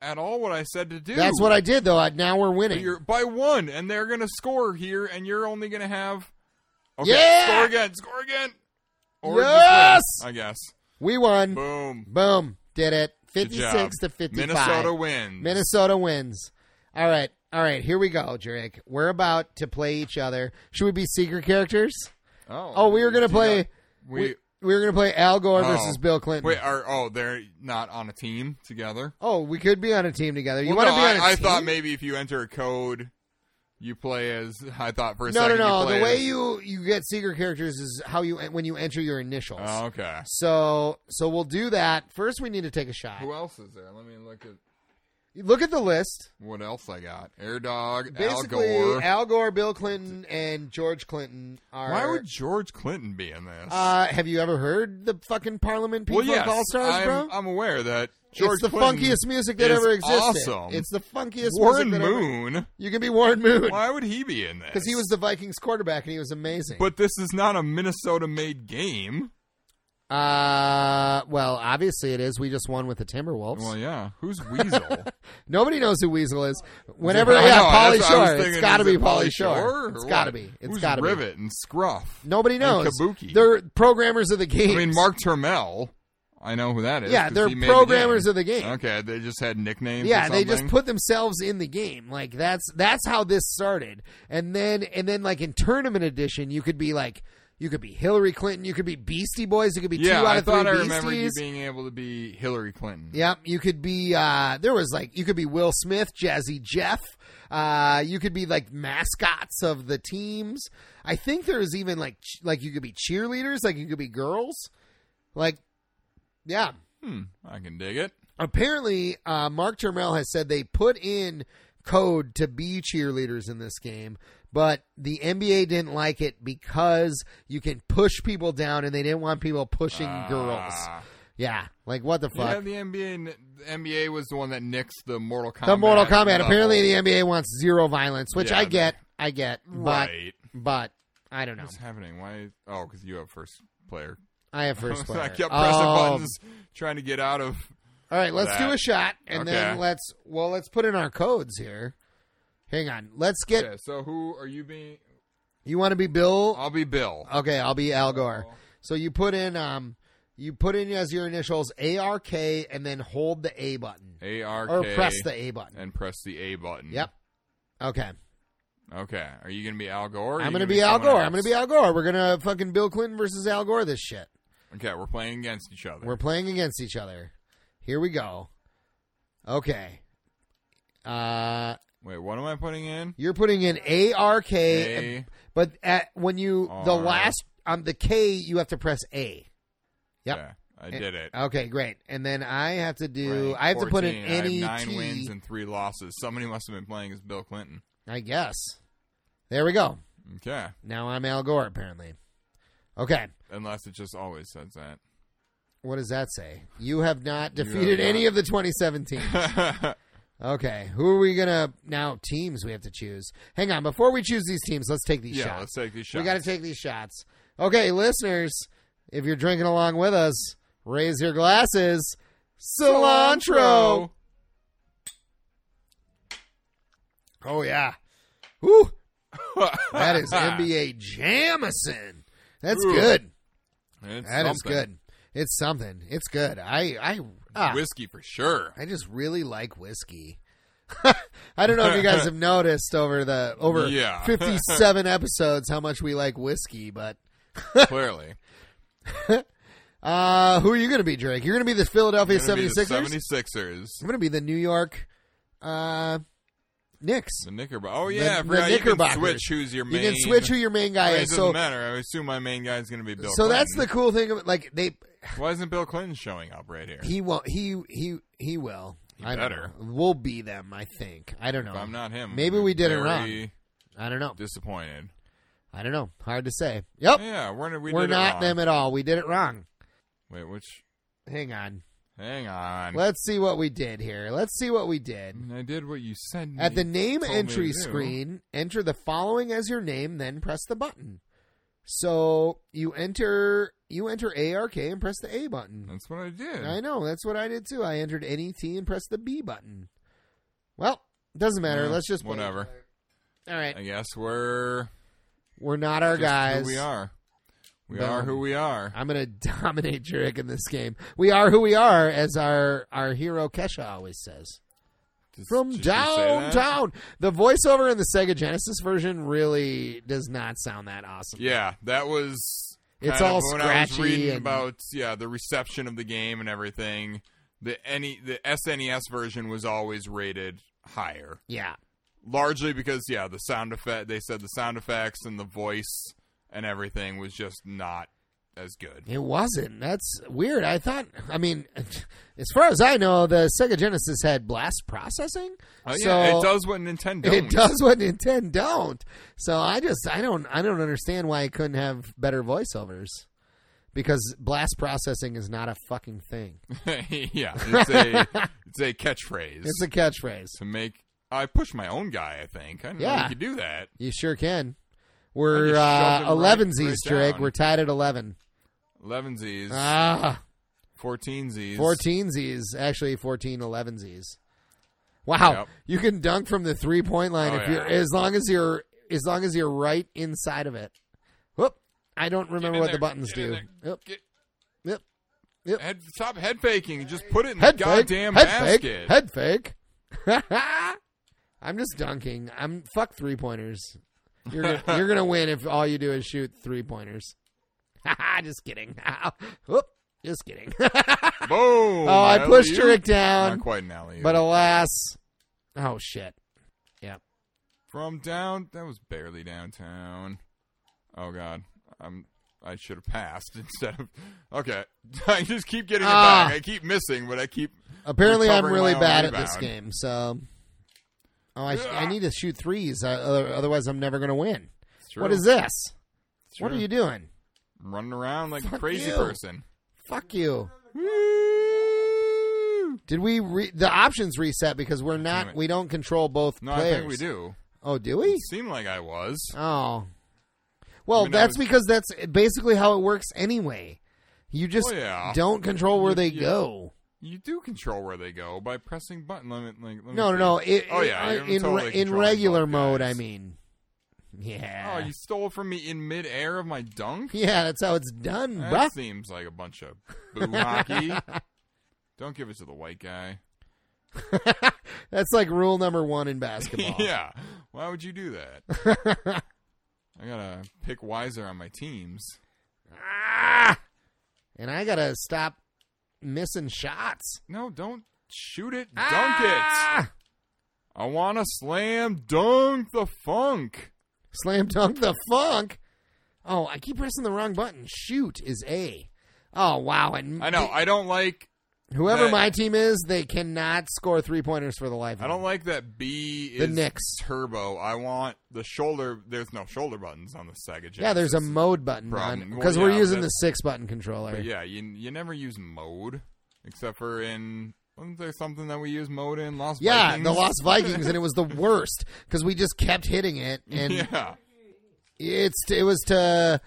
S2: at all what I said to do.
S1: That's what I did, though. I, now we're winning.
S2: You're by one, and they're gonna score here, and you're only gonna have. Okay,
S1: Yeah!
S2: Score again. Score again. Or
S1: Yes!
S2: just win, I guess.
S1: we won. Boom.
S2: Boom.
S1: Did it.
S2: Good job.
S1: Fifty-six to fifty-five.
S2: Minnesota wins.
S1: Minnesota wins. All right. All right. Here we go, Drake. We're about to play each other. Should we be secret characters?
S2: Oh,
S1: Oh, we were gonna
S2: do
S1: play-
S2: not-
S1: We
S2: we
S1: we, were gonna play Al Gore
S2: Oh.
S1: versus Bill Clinton.
S2: Wait, are oh they're not on a team together?
S1: oh, we could be on a team together. You
S2: Well,
S1: want to
S2: no,
S1: be on a
S2: I, I
S1: team?
S2: thought maybe if you enter a code, you play as. I thought for a
S1: no, no,
S2: second. you
S1: no.
S2: play
S1: The way
S2: as-
S1: you you get secret characters is how you when you enter your initials.
S2: Oh, okay.
S1: So so we'll do that. First, we need to take a shot.
S2: Who else is there? Let me look at
S1: Look at the list.
S2: what else I got. Air Dog, Al
S1: Basically,
S2: Gore.
S1: Al Gore, Bill Clinton, and George Clinton are.
S2: Why would George Clinton be in this?
S1: Uh, have you ever heard the fucking Parliament people
S2: well, yes,
S1: All Stars,
S2: I'm,
S1: bro?
S2: I'm aware that George
S1: it's the
S2: Clinton,
S1: funkiest music that
S2: is
S1: ever existed.
S2: awesome.
S1: It's the funkiest music
S2: Warren
S1: that ever-
S2: Moon.
S1: *laughs* You can be Warren Moon
S2: Why would he be in this?
S1: because he was the Vikings quarterback and he was amazing.
S2: But this is not a Minnesota-made game.
S1: uh, well, obviously it is. We just won with the Timberwolves.
S2: Well, yeah. Who's
S1: *laughs*
S2: Weasel?
S1: Nobody knows who Weasel is. Whenever,
S2: I
S1: yeah,
S2: know,
S1: Polly
S2: that's what I was
S1: Shore. It's
S2: thinking,
S1: got to
S2: is it
S1: be Polly
S2: Shore
S1: Shore.
S2: or
S1: It's
S2: what?
S1: got to be. It's
S2: Who's
S1: got to be.
S2: Rivet and Scruff.
S1: Nobody knows.
S2: Kabuki.
S1: They're programmers of the game.
S2: I mean, Mark Termel. I know who that is.
S1: Yeah,
S2: 'cause
S1: they're
S2: he made
S1: programmers
S2: the
S1: of the game.
S2: game. Okay, they just had nicknames.
S1: Yeah,
S2: or
S1: they just
S2: something?
S1: put themselves in the game. Like that's that's how this started. And then and then like in tournament edition, you could be like you could be Hillary Clinton, you could be Beastie Boys, you could be
S2: Yeah,
S1: two out
S2: I
S1: of
S2: thought
S1: three
S2: I remembered you
S1: Beasties.
S2: being able to be Hillary Clinton.
S1: Yep, you could be uh there was like you could be Will Smith, Jazzy Jeff. Uh you could be like mascots of the teams. I think there was even like ch- like you could be cheerleaders, like you could be girls. Like yeah,
S2: Hmm, I can dig it.
S1: apparently uh, Mark Termel has said they put in code to be cheerleaders in this game, but the NBA didn't like it because you can push people down and they didn't want people pushing girls.
S2: Ah.
S1: Yeah, like what the
S2: Yeah,
S1: fuck?
S2: the NBA. n- The NBA was the one that nixed the Mortal Kombat.
S1: the Mortal Kombat.
S2: level.
S1: Apparently, the NBA wants zero violence, which
S2: Yeah,
S1: I get. I get, but
S2: Oh, Right.
S1: but I don't know.
S2: What's happening? Why? Oh, because you have first player. *laughs*
S1: I have first player.
S2: I kept pressing
S1: Oh,
S2: buttons, trying to get out of.
S1: All right, let's do
S2: that.
S1: a shot, and then
S2: Okay.
S1: let's well, let's put in our codes here. Hang on, let's get.
S2: Yeah. So who are you being?
S1: You want to be Bill
S2: I'll be Bill.
S1: Okay, I'll be Al Gore. So you put in um you put in as your initials A R K and then hold the A button.
S2: A R K.
S1: Or press the A button.
S2: and press the A button.
S1: Yep. Okay.
S2: Okay. Are you going to be Al Gore? or
S1: I'm
S2: you
S1: going to be Al
S2: someone
S1: Gore.
S2: else?
S1: I'm going to be Al Gore. We're going to fucking Bill Clinton versus Al Gore this shit.
S2: Okay, we're playing against each other.
S1: We're playing against each other. Here we go. Okay. Uh,
S2: Wait, what am I putting in?
S1: you're putting in ARK,
S2: A-
S1: but at, when you, the
S2: R.
S1: last, on the K, you have to press A. Yep.
S2: Okay, I did it.
S1: Okay, great. And then I have to do,
S2: Ranked
S1: I have to put in
S2: 14. I have
S1: any
S2: nine
S1: T,
S2: wins and three losses. Somebody must have been playing as Bill Clinton.
S1: I guess. There we go.
S2: Okay,
S1: Now I'm Al Gore, apparently. Okay.
S2: unless it just always says that.
S1: What does that say? You have not
S2: have
S1: defeated
S2: not.
S1: any of the 2017.
S2: *laughs*
S1: Okay, who are we gonna now? Teams we have to choose. Hang on, before we choose these teams, let's take these
S2: yeah,
S1: shots.
S2: let's take these shots.
S1: We got to take these shots. Okay, listeners, if you're drinking along with us, raise your glasses. *laughs*
S2: *laughs*
S1: Cilantro. Oh yeah. Woo! That
S2: *laughs*
S1: is NBA Jamison. That's
S2: Ooh,
S1: good.
S2: It's
S1: That is
S2: something.
S1: good. It's something. It's good. I I ah,
S2: Whiskey
S1: *laughs*
S2: for sure.
S1: I just really like whiskey. *laughs* I don't know if you guys
S2: *laughs*
S1: have noticed over the over
S2: Yeah. *laughs*
S1: 57 episodes how much we like whiskey, but
S2: Clearly,
S1: uh, who are you going to be, Drake? You're going to be the Philadelphia
S2: Gonna be
S1: 76ers?
S2: the 76ers.
S1: I'm going to be the New York uh, Knicks.
S2: The Knickerbocker. Oh yeah, I
S1: the
S2: forgot. You can
S1: Knickerbockers.
S2: switch who's your
S1: You
S2: main.
S1: can switch who your main guy
S2: It
S1: is.
S2: doesn't
S1: So,
S2: matter. I assume my main guy's going to be Bill.
S1: so that's the
S2: Clinton.
S1: cool thing. Of, like they,
S2: Why isn't Bill Clinton showing up right here?
S1: he won't. He he he will.
S2: He
S1: I don't
S2: better.
S1: know. We'll be them. I think. I don't know.
S2: If I'm not him.
S1: Maybe we did it
S2: very
S1: wrong. I don't know.
S2: Disappointed.
S1: I don't know. Hard to say. Yep.
S2: Yeah, we're Eh, we
S1: Oh, We're
S2: did it
S1: not
S2: wrong.
S1: them at all. We did it wrong.
S2: Wait, which?
S1: Hang on.
S2: Hang on.
S1: Let's see what we did here. Let's see what we did.
S2: I did what you said.
S1: At the
S2: you
S1: name
S2: told me
S1: entry
S2: to do.
S1: screen, enter the following as your name, then press the button. So you enter you enter ARK and press the A button.
S2: That's what I did.
S1: I know, that's what I did too. I entered NET and pressed the B button. Well, doesn't matter.
S2: Yeah,
S1: Let's just play.
S2: whatever.
S1: All right.
S2: I guess we're
S1: We're not our
S2: just
S1: guys.
S2: Who we are. We
S1: Boom.
S2: are who we are.
S1: I'm gonna *laughs* dominate Drake in this game. We are who we are, as our our hero Kesha always says.
S2: Did-
S1: From
S2: did you say that?
S1: downtown, the voiceover in the Sega Genesis version really does not sound that awesome.
S2: Yeah, that was. kind
S1: It's
S2: of
S1: all
S2: when I was
S1: scratchy
S2: reading
S1: and-
S2: about yeah the reception of the game and everything. The any the SNES version was always rated higher,
S1: Yeah,
S2: largely because yeah the sound effect they said the sound effects and the voice and everything was just not as good.
S1: it wasn't. That's weird. I thought. I mean, *laughs* as far as I know, the Sega Genesis had blast processing.
S2: Uh,
S1: so
S2: yeah, it does what Nintendo.
S1: *laughs*
S2: *laughs*
S1: It does what Nintendo don't. So I just I don't I don't understand why it couldn't have better voiceovers. Because blast processing is not a fucking
S2: *laughs*
S1: thing.
S2: yeah, it's a
S1: *laughs*
S2: it's a catchphrase
S1: It's a catchphrase.
S2: to make. I push my own guy. I think I didn't know
S1: Yeah.
S2: you could do that.
S1: You sure can. We're uh,
S2: I just shoved it right-
S1: 11 Z's,
S2: right
S1: Drake.
S2: down.
S1: We're tied at 11.
S2: Eleven Z's,
S1: Ah,
S2: fourteen Z's,
S1: 14 Z's. Actually, 14 11 Z's. Wow.
S2: Yep.
S1: You can dunk from the three point line
S2: Oh,
S1: if
S2: yeah.
S1: you're as long as you're as long as you're right inside of it. Whoop. I don't remember
S2: in
S1: what the
S2: there.
S1: buttons
S2: Get in
S1: do.
S2: there.
S1: Yep.
S2: Get-
S1: Yep.
S2: Head, stop head faking. Just put it in
S1: Head
S2: the
S1: fake.
S2: goddamn
S1: Head fake.
S2: basket.
S1: Head fake. *laughs* I'm just dunking. I'm fuck three pointers. You're
S2: *laughs*
S1: gonna, you're gonna win if all you do is shoot three pointers. *laughs* just kidding. *laughs* Whoop. Just kidding. *laughs*
S2: Boom.
S1: oh, I pushed
S2: Alley-oop.
S1: Turek down,
S2: Not quite an alley.
S1: but alas, oh shit.
S2: from down, that was barely downtown. Oh God, I'm. I should have passed *laughs* instead of. Okay, *laughs* I just keep getting it
S1: Ah.
S2: back. I keep missing, but I keep.
S1: Apparently, I'm
S2: Recovering
S1: really
S2: my own
S1: bad at
S2: rebound.
S1: this game. So, oh, I, sh- I need to shoot threes. uh, other- Otherwise, I'm never gonna win.
S2: It's true.
S1: What is this?
S2: It's
S1: What are
S2: true.
S1: you doing?
S2: I'm running around like a
S1: Fuck
S2: crazy
S1: you.
S2: person?
S1: Fuck you.
S2: Woo!
S1: Did we re- the options reset because we're not
S2: it.
S1: we don't control both
S2: No,
S1: players?
S2: I think we do.
S1: Oh, do we?
S2: Seemed like I was.
S1: Oh, well,
S2: I mean, I
S1: that's
S2: was-
S1: because that's basically how it works anyway. You just
S2: Well, yeah.
S1: don't control where
S2: You-
S1: they
S2: you-
S1: go.
S2: You do control where they go by pressing button. Let me, like, let me
S1: No, no,
S2: see.
S1: no. It,
S2: Oh, yeah,
S1: it-
S2: you're
S1: in
S2: totally
S1: re- in
S2: controlling
S1: regular
S2: both
S1: mode, I
S2: guys.
S1: mean, yeah,
S2: Oh, you stole from me in midair of my dunk.
S1: *laughs* yeah. That's how it's done,
S2: That
S1: bruh.
S2: seems like a bunch of boo hockey.
S1: *laughs*
S2: Don't give it to the white guy.
S1: That's like rule number one in basketball.
S2: *laughs* yeah, Why would you do that?
S1: *laughs*
S2: I gotta pick wiser on my teams.
S1: Ah! And I gotta stop missing shots.
S2: No, don't shoot it. Dunk it.
S1: Ah!
S2: I wanna slam dunk the funk.
S1: Slam dunk the funk. Oh, I keep pressing the wrong button. Shoot is A. Oh wow! And
S2: I know. I don't like.
S1: whoever
S2: that-
S1: my team is, they cannot score three pointers for the life.
S2: I
S1: of
S2: don't
S1: me.
S2: like that B is
S1: The Knicks.
S2: turbo. I want the shoulder. There's no shoulder buttons on the Sega Genesis.
S1: Yeah, there's a mode button
S2: Problem.
S1: on
S2: Well,
S1: because
S2: yeah,
S1: we're using the
S2: that's-
S1: six button controller.
S2: But yeah, you you never use mode except for in. Wasn't there something that we use mode in Lost
S1: Yeah,
S2: Vikings?
S1: the
S2: *laughs*
S1: Lost Vikings, and it was the worst because we just kept hitting it, and
S2: yeah,
S1: it's it was to.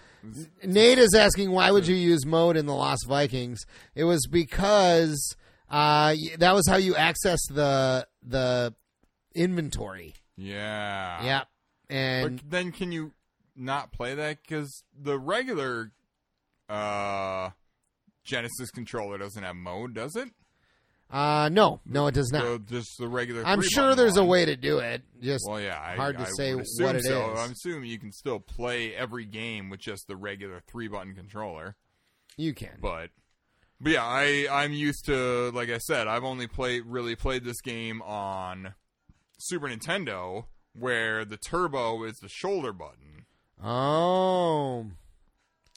S1: Nate is asking why would you use mode in the Lost Vikings? It was because uh, y- that was how you access the the inventory.
S2: yeah,
S1: Yeah, and
S2: But then can you not play that because the regular uh, Genesis controller doesn't have mode, does it?
S1: uh, no, no, it does not.
S2: So just the regular.
S1: I'm
S2: three
S1: sure
S2: button
S1: there's a
S2: one.
S1: way to do it. Just
S2: Well, yeah, I,
S1: Hard to
S2: I
S1: say
S2: would assume
S1: what it
S2: so.
S1: is.
S2: I'm assuming you can still play every game with just the regular three button controller,
S1: you can.
S2: but. But yeah, I I'm used to like I said, I've only played really played this game on Super Nintendo where the turbo is the shoulder button.
S1: Oh,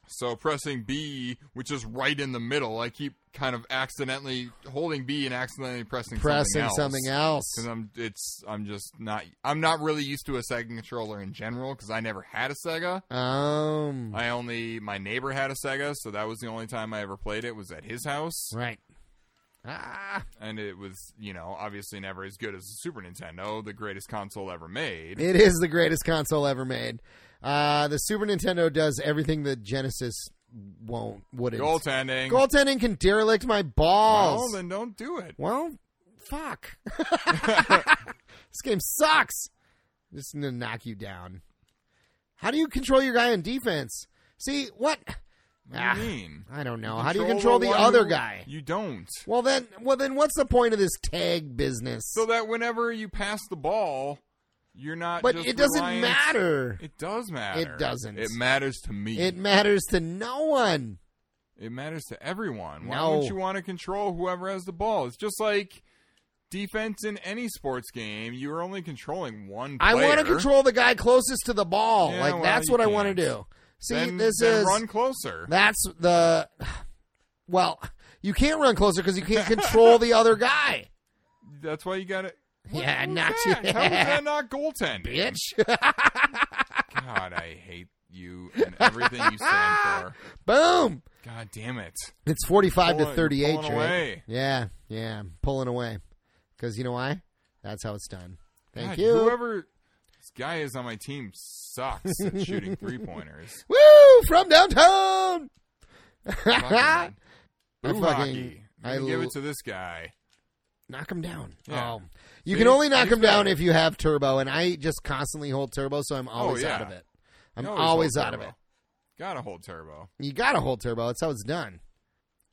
S2: So pressing B, which is right in the middle, I keep kind of accidentally holding B and accidentally pressing
S1: pressing something else.
S2: Because I'm it's I'm just not I'm not really used to a Sega controller in general because I never had a Sega.
S1: Um,
S2: I only my neighbor had a Sega, so that was the only time I ever played it was at his house,
S1: right. Ah,
S2: and it was you know obviously never as good as the Super Nintendo, the greatest console ever made.
S1: it is the greatest console ever made. Uh, the Super Nintendo does everything the Genesis won't. Wouldn't.
S2: Goaltending.
S1: Goaltending can derelict my balls.
S2: Well, then don't do it.
S1: Well, fuck.
S2: *laughs*
S1: *laughs* this game sucks. Just gonna knock you down. How do you control your guy in defense? See what?
S2: What do
S1: Ah,
S2: you mean?
S1: I don't know. How do you control
S2: Control
S1: the
S2: one
S1: other
S2: who-
S1: guy?
S2: You don't.
S1: Well then, well then, what's the point of this tag business?
S2: So that whenever you pass the ball, you're not.
S1: But
S2: just
S1: it doesn't
S2: reliant-
S1: matter.
S2: It does matter.
S1: It doesn't.
S2: It matters to me.
S1: It matters to no one.
S2: It matters to everyone. Why
S1: No.
S2: would you want to control whoever has the ball? It's just like defense in any sports game. You are only controlling one. Player.
S1: I want to control the guy closest to the ball.
S2: Yeah,
S1: like
S2: well,
S1: that's
S2: you
S1: what I want to
S2: can't.
S1: do. See,
S2: Then,
S1: this
S2: then
S1: is
S2: run closer.
S1: that's the well. You can't run closer because you can't control the other guy,
S2: That's why you got to.
S1: Yeah, not
S2: that?
S1: yet.
S2: How
S1: *laughs*
S2: is that not goaltending?
S1: bitch. *laughs*
S2: God, I hate you and everything you stand for.
S1: Boom.
S2: God damn it!
S1: It's forty-five
S2: Pulling-
S1: to thirty-eight.
S2: pulling
S1: right?
S2: away.
S1: Yeah, yeah, pulling away. Because you know why? That's how it's done. Thank
S2: God,
S1: you.
S2: Whoever this guy is on my team sucks at
S1: *laughs*
S2: shooting three pointers.
S1: Woo! From downtown. *laughs*
S2: Fucking
S1: I
S2: boo
S1: fucking-
S2: hockey.
S1: I
S2: I give
S1: l-
S2: it to this guy.
S1: knock him down.
S2: Yeah.
S1: Oh. You
S2: See?
S1: can only knock
S2: He's
S1: him down
S2: better.
S1: if you have turbo, and I just constantly hold turbo, so I'm always
S2: Oh, yeah.
S1: out of it. I'm
S2: You
S1: always
S2: hold
S1: out of
S2: turbo.
S1: it.
S2: Gotta hold turbo.
S1: You gotta hold turbo. That's how it's done.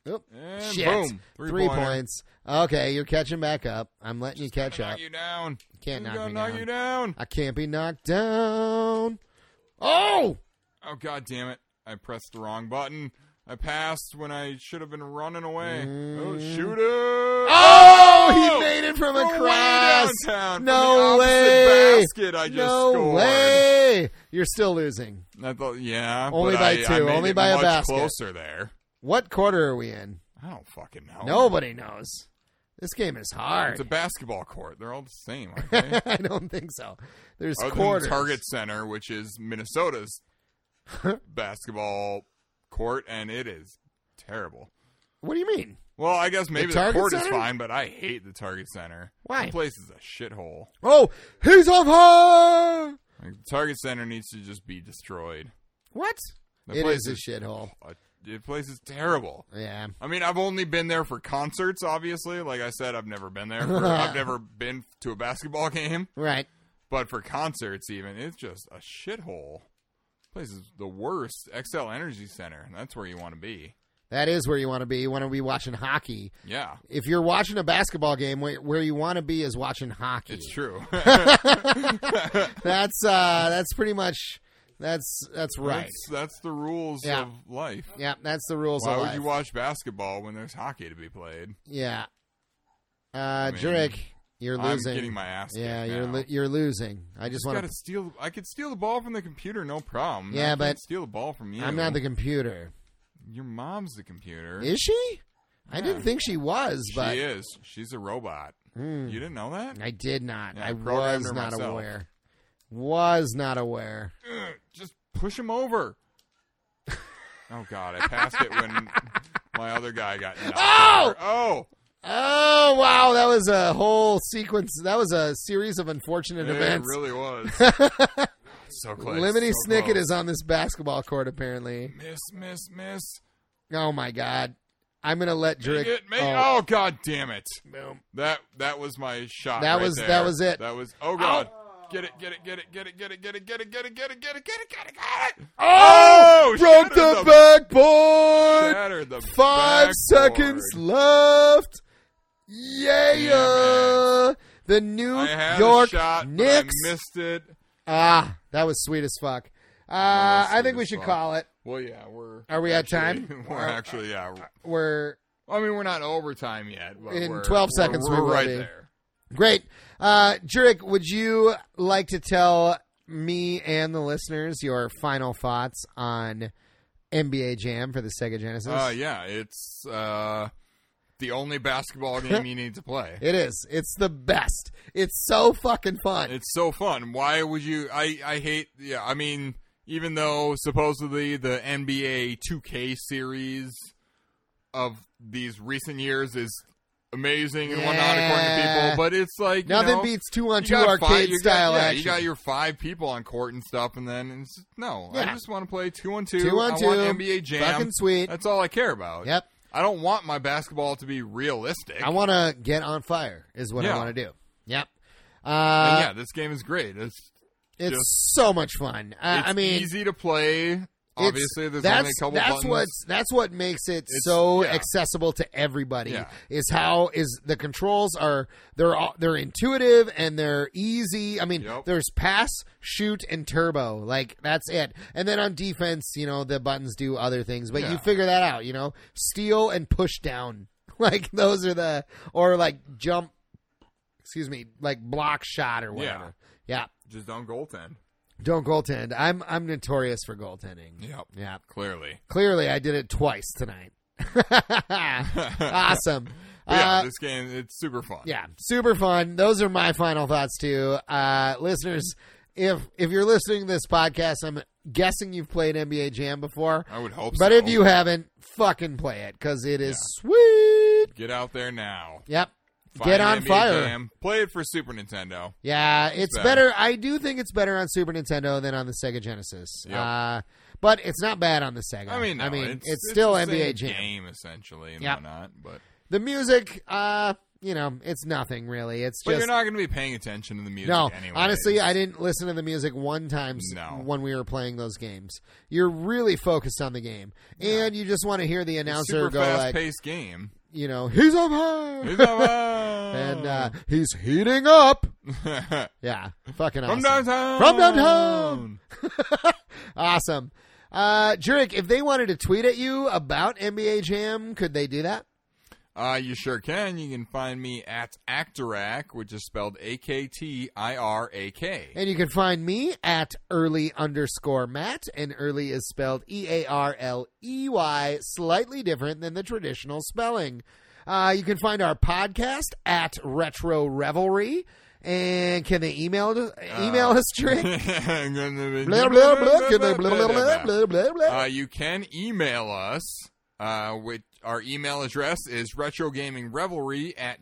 S1: Oop.
S2: And
S1: Shit.
S2: boom.
S1: Three,
S2: Three-pointer.
S1: points. Okay, you're catching back up. I'm letting you catch
S2: Knock
S1: up.
S2: you down.
S1: Can't
S2: Who's
S1: knock
S2: gonna
S1: me
S2: knock
S1: down.
S2: you down.
S1: I can't be knocked down. Oh!
S2: Oh god damn it. I pressed the wrong button. I passed when I should have been running away. Oh shoot it.
S1: Mm. Oh! He made it from
S2: Go
S1: a
S2: way
S1: cross.
S2: downtown from
S1: No
S2: the opposite
S1: way.
S2: basket I just
S1: no
S2: scored.
S1: way. You're still losing.
S2: I thought, yeah,
S1: Only
S2: but
S1: by
S2: I- I
S1: two,
S2: made
S1: only
S2: it
S1: by a
S2: much
S1: basket.
S2: Closer there.
S1: What quarter are we in?
S2: I don't fucking know.
S1: Nobody knows. This game is hard.
S2: Oh. It's a basketball court. They're all the same,
S1: *laughs*
S2: aren't they?
S1: I don't think so. There's
S2: Other
S1: quarters.
S2: than Target Center, which is
S1: *laughs*
S2: Minnesota's basketball court, and it is terrible.
S1: What do you mean?
S2: Well, I guess maybe the,
S1: Target
S2: court is
S1: Center?
S2: fine, but I hate the Target Center.
S1: Why?
S2: The place is a shithole.
S1: Oh, he's on fire!
S2: Like, the Target Center needs to just be destroyed.
S1: What?
S2: The
S1: It
S2: place
S1: is a shithole.
S2: uh, the place is terrible.
S1: Yeah.
S2: I mean, I've only been there for concerts. Obviously, like I said, I've never been there.
S1: *laughs*
S2: For, I've never been to a basketball *laughs* game,
S1: Right.
S2: but for concerts, even it's just a shithole. Place is the worst. XL Energy Center. That's where you want to be.
S1: That is where you want to be. You want to be watching hockey.
S2: Yeah,
S1: If you're watching a basketball game, where, where you want to be is watching hockey.
S2: it's true. *laughs*
S1: That's uh, that's pretty much that's that's right.
S2: That's, that's the rules
S1: Yeah.
S2: of life.
S1: yeah, that's the rules.
S2: Why
S1: of
S2: would
S1: life.
S2: you watch basketball when there's hockey to be played?
S1: Yeah. Uh,
S2: mean,
S1: Jurek, you're losing.
S2: I'm getting my ass.
S1: yeah,
S2: kicked
S1: you're
S2: now.
S1: lo- you're losing. I just want
S2: Gotta
S1: to.
S2: steal. I could steal the ball from the computer, no problem.
S1: Yeah,
S2: I can't
S1: but
S2: steal the ball from you.
S1: I'm not the computer.
S2: Your mom's the computer.
S1: Is she? I didn't think she was, but
S2: she is. She's a robot.
S1: Mm,
S2: You didn't know that?
S1: I did not.
S2: Yeah, I
S1: I
S2: programmed
S1: was
S2: her
S1: not
S2: myself.
S1: aware. Was not aware.
S2: Ugh, *clears throat* Just push him over. *laughs* oh God, I passed it when my other guy got. knocked
S1: Oh!
S2: over. Oh!
S1: Oh wow, that was a whole sequence. That was a series of unfortunate
S2: It
S1: events. *laughs*
S2: really was. so close.
S1: Lemony
S2: so
S1: Snicket
S2: close.
S1: is on this basketball court apparently.
S2: Miss, miss, miss.
S1: Oh my god. I'm gonna let Drake.
S2: Make it, make,
S1: oh,
S2: oh. God damn it!
S1: boom.
S2: That that was my shot.
S1: That
S2: right
S1: was-
S2: there.
S1: that was it.
S2: That was. Oh God! Get it! Get it! Get it! Get it! Get it! Get it! Get it! Get it! Get it! Get it! Get it! Get it! Get it!
S1: Oh, broke
S2: shattered
S1: the,
S2: the-
S1: backboard.
S2: Shattered the
S1: Five
S2: backboard.
S1: seconds left. Yeah.
S2: Damn
S1: The New
S2: I had
S1: York
S2: a shot,
S1: Knicks.
S2: But I missed it.
S1: Ah, that was sweet as fuck. Uh,
S2: was
S1: I
S2: sweet
S1: think we
S2: as
S1: should
S2: fuck.
S1: call it.
S2: Well, yeah, we're.
S1: Are we at
S2: actually-
S1: time?
S2: *laughs* We're
S1: Or-
S2: actually, yeah. we're-
S1: We're
S2: I mean, we're not overtime yet. But
S1: In
S2: we're-
S1: 12
S2: we're-
S1: seconds we
S2: we're
S1: will
S2: right
S1: be.
S2: there.
S1: great. Uh, Jurek, would you like to tell me and the listeners your final thoughts on NBA Jam for the Sega Genesis?
S2: Uh, yeah, it's uh, the
S1: *laughs*
S2: only basketball game you need to play.
S1: It is. It's the best. It's so fucking fun.
S2: It's so fun. Why would you? I I hate. Yeah, I mean, even though supposedly the NBA 2K series of these recent years is amazing and whatnot according
S1: Yeah.
S2: to people, but it's like you
S1: Nothing
S2: know,
S1: beats two on
S2: you
S1: two
S2: got
S1: arcade
S2: five- you got-
S1: style
S2: yeah,
S1: action.
S2: You got your five people on court and stuff, and then it's just- no. I
S1: Yeah.
S2: just want to play two on two.
S1: Two on
S2: I
S1: two.
S2: want NBA Jam.
S1: Fucking sweet.
S2: That's all I care about.
S1: Yep.
S2: I don't want my basketball to be realistic.
S1: I want to get on fire is what I
S2: Yeah.
S1: want to do. Yep.
S2: And
S1: Uh,
S2: yeah, this game is great. It's
S1: it's
S2: just-
S1: so much fun. Uh,
S2: it's
S1: I mean,
S2: easy to play.
S1: it's-
S2: Obviously, there's
S1: that's
S2: only a couple
S1: that's
S2: buttons.
S1: what's that's what makes it
S2: It's-
S1: so
S2: yeah.
S1: accessible to everybody.
S2: Yeah.
S1: Is how is the controls are they're all, they're intuitive and they're easy. I mean,
S2: Yep.
S1: there's pass, shoot, and turbo. Like that's it. And then on defense, you know, the buttons do other things, but you
S2: Yeah.
S1: figure that out. You know, steal and push down. *laughs* Like those are the or like jump. Excuse me, like block shot or whatever. Yeah.
S2: just don't goaltend.
S1: Don't goaltend. I'm I'm notorious for goaltending.
S2: Yep,
S1: Yeah.
S2: clearly.
S1: Clearly, I did it twice
S2: *laughs*
S1: tonight. *laughs* awesome.
S2: But yeah,
S1: Uh,
S2: this game it's super fun.
S1: yeah, super fun. Those are my final thoughts too, uh, listeners. If if you're listening to this podcast, I'm guessing you've played NBA Jam before,
S2: I would hope.
S1: but
S2: Oh, so.
S1: if you haven't, fucking play it because it is sweet.
S2: get out there now,
S1: Yep,
S2: Find
S1: get on
S2: NBA
S1: fire.
S2: Jam. Play it for Super Nintendo.
S1: Yeah, it's better.
S2: better.
S1: I do think it's better on Super Nintendo than on the Sega Genesis.
S2: Yep.
S1: Uh, but it's not bad on the Sega.
S2: I mean, no,
S1: I mean,
S2: it's,
S1: still
S2: the
S1: NBA
S2: same
S1: Jam.
S2: game essentially and
S1: Yep.
S2: whatnot. But
S1: The music, uh, you know, it's nothing really. It's
S2: but
S1: just
S2: you're not going to be paying attention to the music.
S1: no.
S2: anyway.
S1: Honestly, I didn't listen to the music one time s-
S2: No.
S1: when we were playing those games. You're really focused on the game, and you just want to hear the
S2: It's a
S1: announcer
S2: super
S1: go
S2: fast
S1: like,
S2: paced game.
S1: you know, he's up high, *laughs*
S2: It's a-
S1: and uh, he's heating up.
S2: from
S1: Yeah, fucking awesome.
S2: downtown.
S1: From downtown. Awesome. Uh, Jurek, if they wanted to tweet at you about NBA Jam, could they do that?
S2: Uh, you sure can. You can find me at Actorac, which is spelled A K T I R A K.
S1: And you can find me at early underscore Matt, and early is spelled E A R L E Y, slightly different than the traditional spelling. Uh, you can find our podcast at Retro Revelry. And can they email email us,
S2: *laughs*
S1: Trick? Blah, blah, blah, blah, blah, blah, blah, blah, blah, blah.
S2: Uh, you can email us. Uh, which our email address is retrogamingrevelry at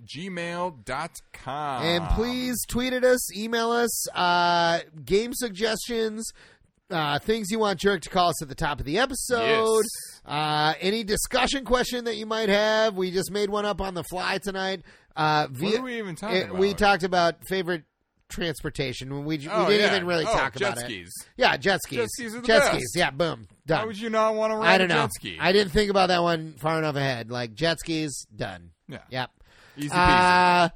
S2: gmail.com.
S1: And please tweet at us, email us, uh, game suggestions, uh, things you want Jerk to call us at the top of the episode.
S2: Yes.
S1: Uh, any discussion question that you might have. We just made one up on the fly tonight. Uh,
S2: What
S1: via,
S2: are we even talking
S1: it-
S2: about?
S1: we talked about favorite transportation. When we, we
S2: Oh,
S1: didn't
S2: yeah.
S1: even really
S2: Oh,
S1: talk
S2: jet
S1: about it.
S2: skis.
S1: Yeah, jet skis.
S2: Jet skis are the
S1: jet
S2: best.
S1: skis. Yeah, boom. Done.
S2: How would you not want to ride
S1: I don't
S2: a jet
S1: know.
S2: ski?
S1: I didn't think about that one far enough ahead. Like jet skis, done.
S2: yeah.
S1: Yep.
S2: Easy peasy.
S1: Uh,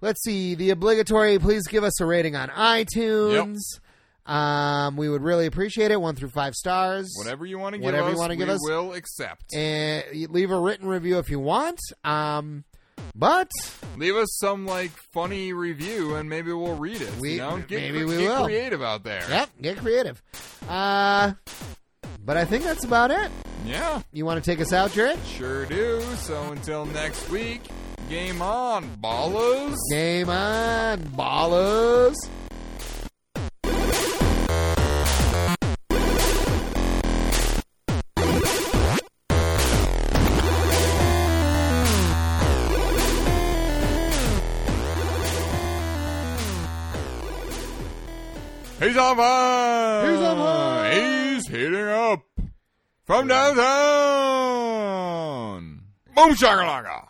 S1: let's see the obligatory. Please give us a rating on iTunes. Um, we would really appreciate it. One through five stars.
S2: whatever you want to give
S1: whatever you
S2: us,
S1: wanna
S2: we
S1: give us.
S2: will accept.
S1: And leave a written review if you want. Um, but
S2: Leave us some like funny review, and maybe we'll read it.
S1: We-
S2: you know? Get,
S1: maybe we
S2: get
S1: will.
S2: creative out there.
S1: yep, get creative. Uh, but I think that's about it.
S2: Yeah,
S1: You want to take us out, Jared?
S2: sure do. So until next week, game on, ballos.
S1: Game on, ballers.
S2: He's on fire.
S1: He's on fire.
S2: He's heating up from downtown. Boom shakalaka.